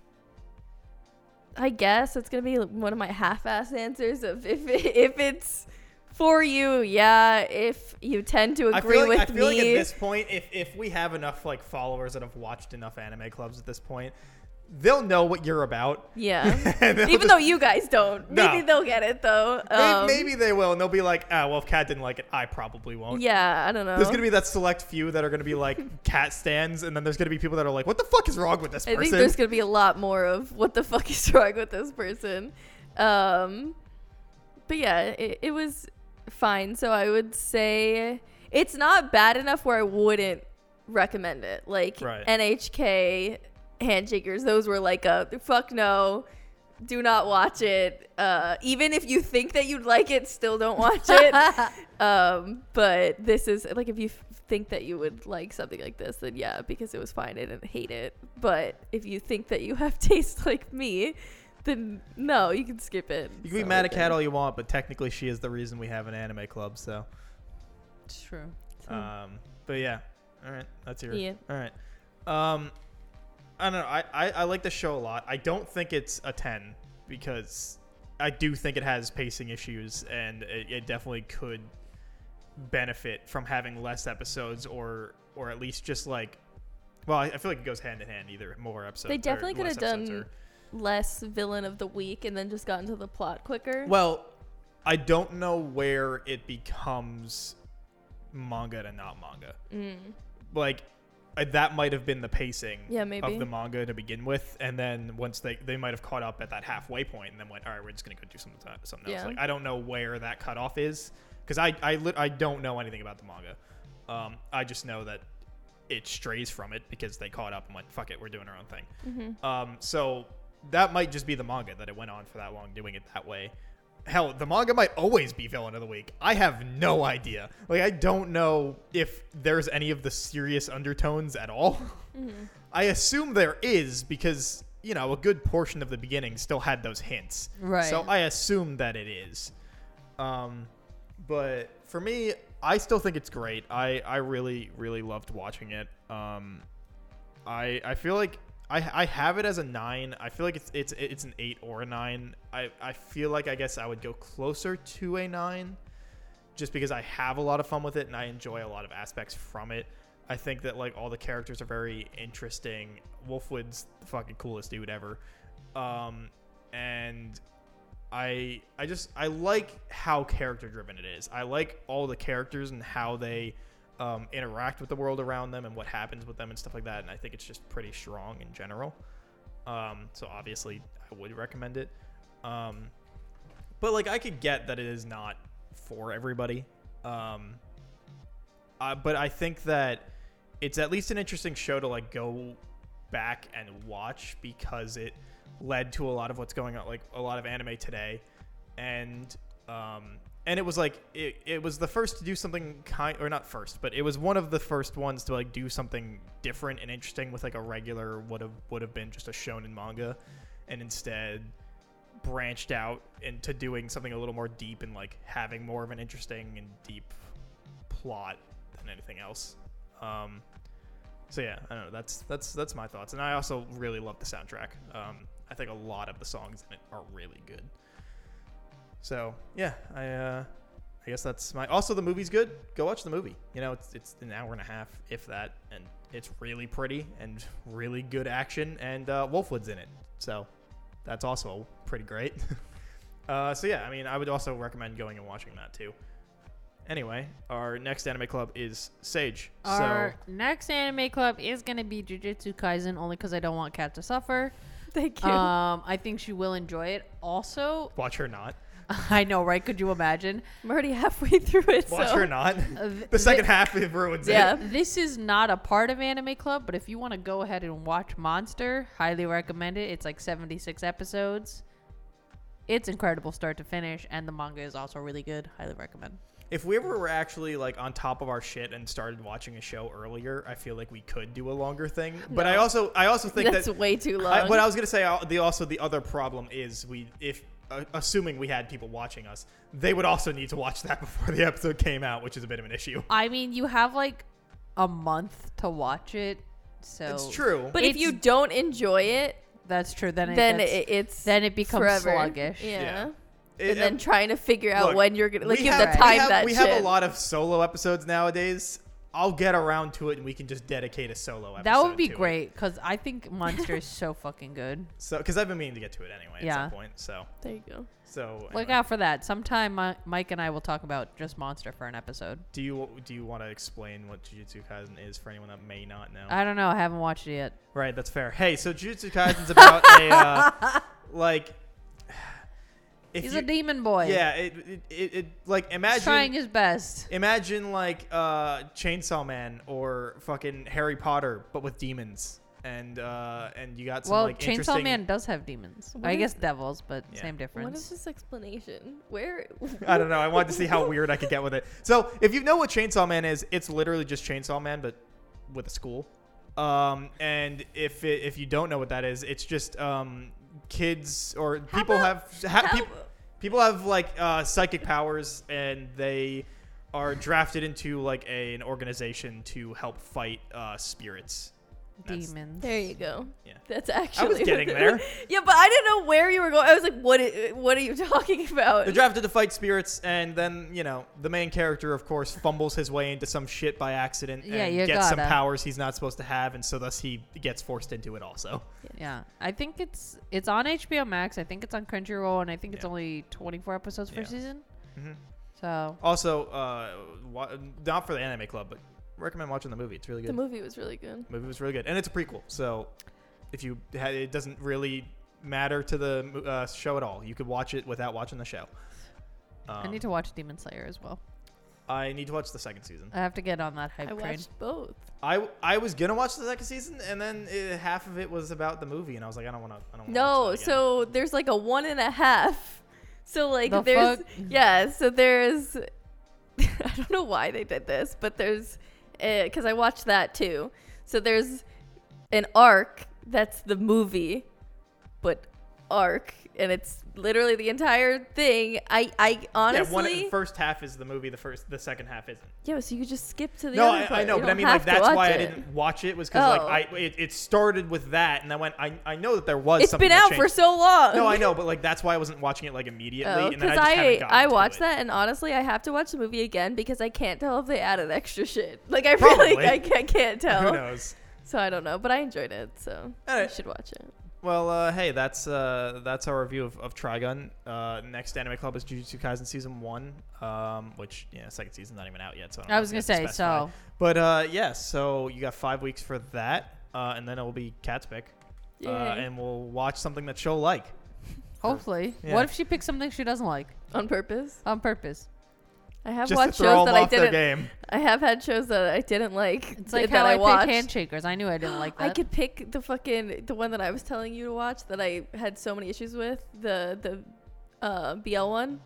I guess it's gonna be one of my half-ass answers of if it, if it's for you, yeah. If you tend to I agree feel like, with I feel me, like at this point, if if we have enough like followers that have watched enough anime clubs at this point, they'll know what you're about. yeah. And they'll Um, Even just- though you guys don't, No. maybe they'll get it though. May- Um, maybe they will, and they'll be like, ah, well, if Cat didn't like it, I probably won't. Yeah, I don't know. There's gonna be that select few that are gonna be like cat stands, and then there's gonna be people that are like, "What the fuck is wrong with this I think person?" there's gonna be a lot more of what the fuck is wrong with this person. Um, but yeah, it, it was fine. So I would say it's not bad enough where I wouldn't recommend it. Like Right. NHK handshakers, those were like a fuck no. Do not watch it. Uh, even if you think that you'd like it, still don't watch it. um, but this is like if you f- think that you would like something like this, then yeah, because it was fine. I didn't hate it. But if you think that you have taste like me, then no, you can skip it. you can be So mad at then- Cat all you want, but technically, she is the reason we have an anime club. So, It's true. so- um, but yeah, all right, that's your Hmm. Yeah. all right. Um, I don't know. I, I I like the show a lot. I don't think it's a ten because I do think it has pacing issues, and it, it definitely could benefit from having less episodes, or or at least just like. Well, I I feel like it goes hand in hand. Either more episodes. They or definitely could less have episodes done or- less villain of the week and then just gotten to the plot quicker. Well, I don't know where it becomes manga to not manga. Mm. Like I- that might have been the pacing Yeah, maybe. of the manga to begin with, and then once they they might have caught up at that halfway point, and then went, all right, we're just gonna go do something t- something else. Yeah. Like I don't know where that cutoff is because I I lit I don't know anything about the manga. Um, I just know that it strays from it because they caught up and went, fuck it, we're doing our own thing. Mm-hmm. Um, so that might just be the manga that it went on for that long doing it that way. Hell, the manga might always be villain of the week. I have no idea. Like I don't know if there's any of the serious undertones at all. I assume there is because you know a good portion of the beginning still had those hints. Right. So I assume that it is. Um, but for me, I still think it's great. I I really really loved watching it. Um, I I feel like I I have it as a nine. I feel like it's it's it's an eight or a nine. I I feel like I guess I would go closer to a nine just because I have a lot of fun with it and I enjoy a lot of aspects from it. I think that like all the characters are very interesting. Wolfwood's the fucking coolest dude ever. Um, and I I just I like how character driven it is. I like all the characters and how they um, interact with the world around them and what happens with them and stuff like that. And I think it's just pretty strong in general. Um, so obviously I would recommend it. Um, but like I could get that it is not for everybody. Um, uh, but I think that it's at least an interesting show to like go back and watch because it led to a lot of what's going on, like a lot of anime today, and um, and it was like it, it was the first to do something kind or not first, but it was one of the first ones to like do something different and interesting with like a regular would have would have been just a shonen manga, and instead branched out into doing something a little more deep and like having more of an interesting and deep plot than anything else. Um, so yeah, I don't know. That's that's that's my thoughts, and I also really love the soundtrack. Um, I think a lot of the songs in it are really good. So yeah, I uh, I guess that's my. Also, the movie's good. Go watch the movie. You know, it's it's an hour and a half, if that, and it's really pretty and really good action, and uh, Wolfwood's in it, so that's also pretty great. uh, so yeah, I mean, I would also recommend going and watching that too. Anyway, our next anime club is Sage. Our next anime club is gonna be Jujutsu Kaisen, only because I don't want Kat to suffer. Thank you. Um, I think she will enjoy it. Also, so watch her not. I know, right? Could you imagine? I'm already halfway through it. Watch so. her not. th- the second half it ruins it. Yeah. This is not a part of Anime Club, but if you want to go ahead and watch Monster, highly recommend it. It's like 76 episodes. It's incredible start to finish, and the manga is also really good. Highly recommend. If we ever were actually like on top of our shit and started watching a show earlier, I feel like we could do a longer thing. But I also I also think That's that way too long. I, what I was gonna say, uh, the also the other problem is we if uh, assuming we had people watching us, they would also need to watch that before the episode came out, which is a bit of an issue. I mean, you have like a month to watch it, so It's true. but if It's- you don't enjoy it, That's true. Then it then gets- it, it's then it becomes forever. sluggish. Yeah. Yeah. It- And then it- trying to figure out Look, when you're gonna like we you have- have to we time have- that. We shit. have a lot of solo episodes nowadays. I'll get around to it, and we can just dedicate a solo episode. that would be to it. great because I think Monster is so fucking good. So, because I've been meaning to get to it anyway Yeah. at some point. So, There you go. so Look anyway. out for that. Sometime Mi- Mike and I will talk about just Monster for an episode. Do you do you want to explain what Jujutsu Kaisen is for anyone that may not know? I don't know. I haven't watched it yet. right, that's fair. Hey, so Jujutsu Kaisen's about a uh, like. If He's you, a demon boy. Yeah, it, it, it, it like He's trying imagine his best. imagine like uh, Chainsaw Man or fucking Harry Potter, but with demons. And uh, and you got some well, like Chainsaw interesting. Man does have demons. What I is- guess devils, but Yeah. same What is difference. this explanation? Where? I don't know. I wanted to see how weird I could get with it. So, if you know what Chainsaw Man is, it's literally just Chainsaw Man, but with a school. Um, and if it, if you don't know what that is, it's just um, kids or people about- have ha- how- peop- people have like uh, psychic powers, and they are drafted into like a, an organization to help fight uh, spirits. That's- Demons. There you go. Yeah. That's actually. what getting it- there. yeah, but I didn't know where you were going. I was like, what? i- What are you talking about? They're drafted to fight spirits, and then you know the main character, of course, fumbles his way into some shit by accident Yeah, and you gets some gotta. powers he's not supposed to have, and so thus he gets forced into it. Also, Yeah, I think it's it's on HBO Max. I think it's on Crunchyroll, and I think it's Yeah. only 24 episodes per Yeah. season. Mhm. So also, uh, wa- not for the anime club, but recommend watching the movie. It's really good. the movie was really good. movie was really good, and it's a prequel, so if you had, it doesn't really matter to the mo- uh, show at all. You could watch it without watching the show. Um, I need to watch Demon Slayer as well. I need to watch the second season. I have to get on that hype I train. watched both. I I was gonna watch the second season, and then uh half of it was about the movie, and I was like, I don't want to. I don't. wanna No, watch that again. so there's like a one and a half. So like The there's fuck? yeah, so there's I don't know why they did this, but there's because I watched that too. So there's an arc that's the movie, but arc, and it's literally the entire thing. I, I honestly, yeah, one the first half is the movie. The first, the second half isn't. Yeah, so you could just skip to the no, other I, part. I know, You but I don't mean, like have to that's watch why I it. didn't watch it was because Oh. like I it, it started with that, and I went, I, I know that there was. It's something been out that for changed. so long. No, I know, but like that's why I wasn't watching it like immediately, Oh, and then I because just haven't I gotten I to watched it. that and honestly I have to watch the movie again because I can't tell if they added extra shit. Like I really Probably. I, ca- I can't Who tell. knows? So I don't know, but I enjoyed it. So you Alright. should watch it. Well, uh, hey, that's uh, that's our review of, of Trigun. Uh, next anime club is Jujutsu Kaisen season one, um, which yeah, second season's not even out yet. So I, don't I know was if gonna we have say to specify. so. But uh, yeah, so you got five weeks for that, uh, and then it will be Cat's pick, uh, Yay. and we'll watch something that she'll like. Hopefully, Yeah. what if she picks something she doesn't like On purpose. on purpose? I have Just watched to throw shows them that I off their didn't game. I have had shows that I didn't like. It's like that how I, I watched. picked Handshakers. I knew I didn't like that. I could pick the fucking the one that I was telling you to watch that I had so many issues with, the the uh BL one.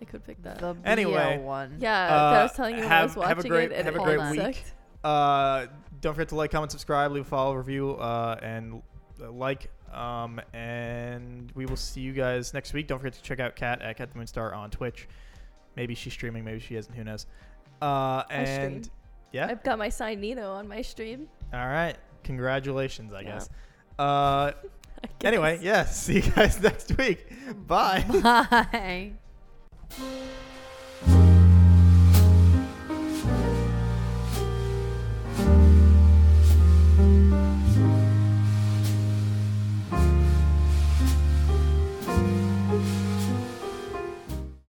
I could pick that. the Anyway. BL one. yeah, Uh, that I was telling you when I was have- watching have a great- it and have a it great sucked. week. Uh, don't forget to like, comment, subscribe, leave a follow, review, uh, and uh, like. Um, and we will see you guys next week. Don't forget to check out Kat at Kat the Moonstar on Twitch. Maybe she's streaming, maybe she isn't. Who knows? Uh, stream. and yeah, I've got my sign Nino on my stream. all right. Congratulations, I Yeah. guess. Uh, I anyway, guess. yeah. See you guys next week. Bye. Bye.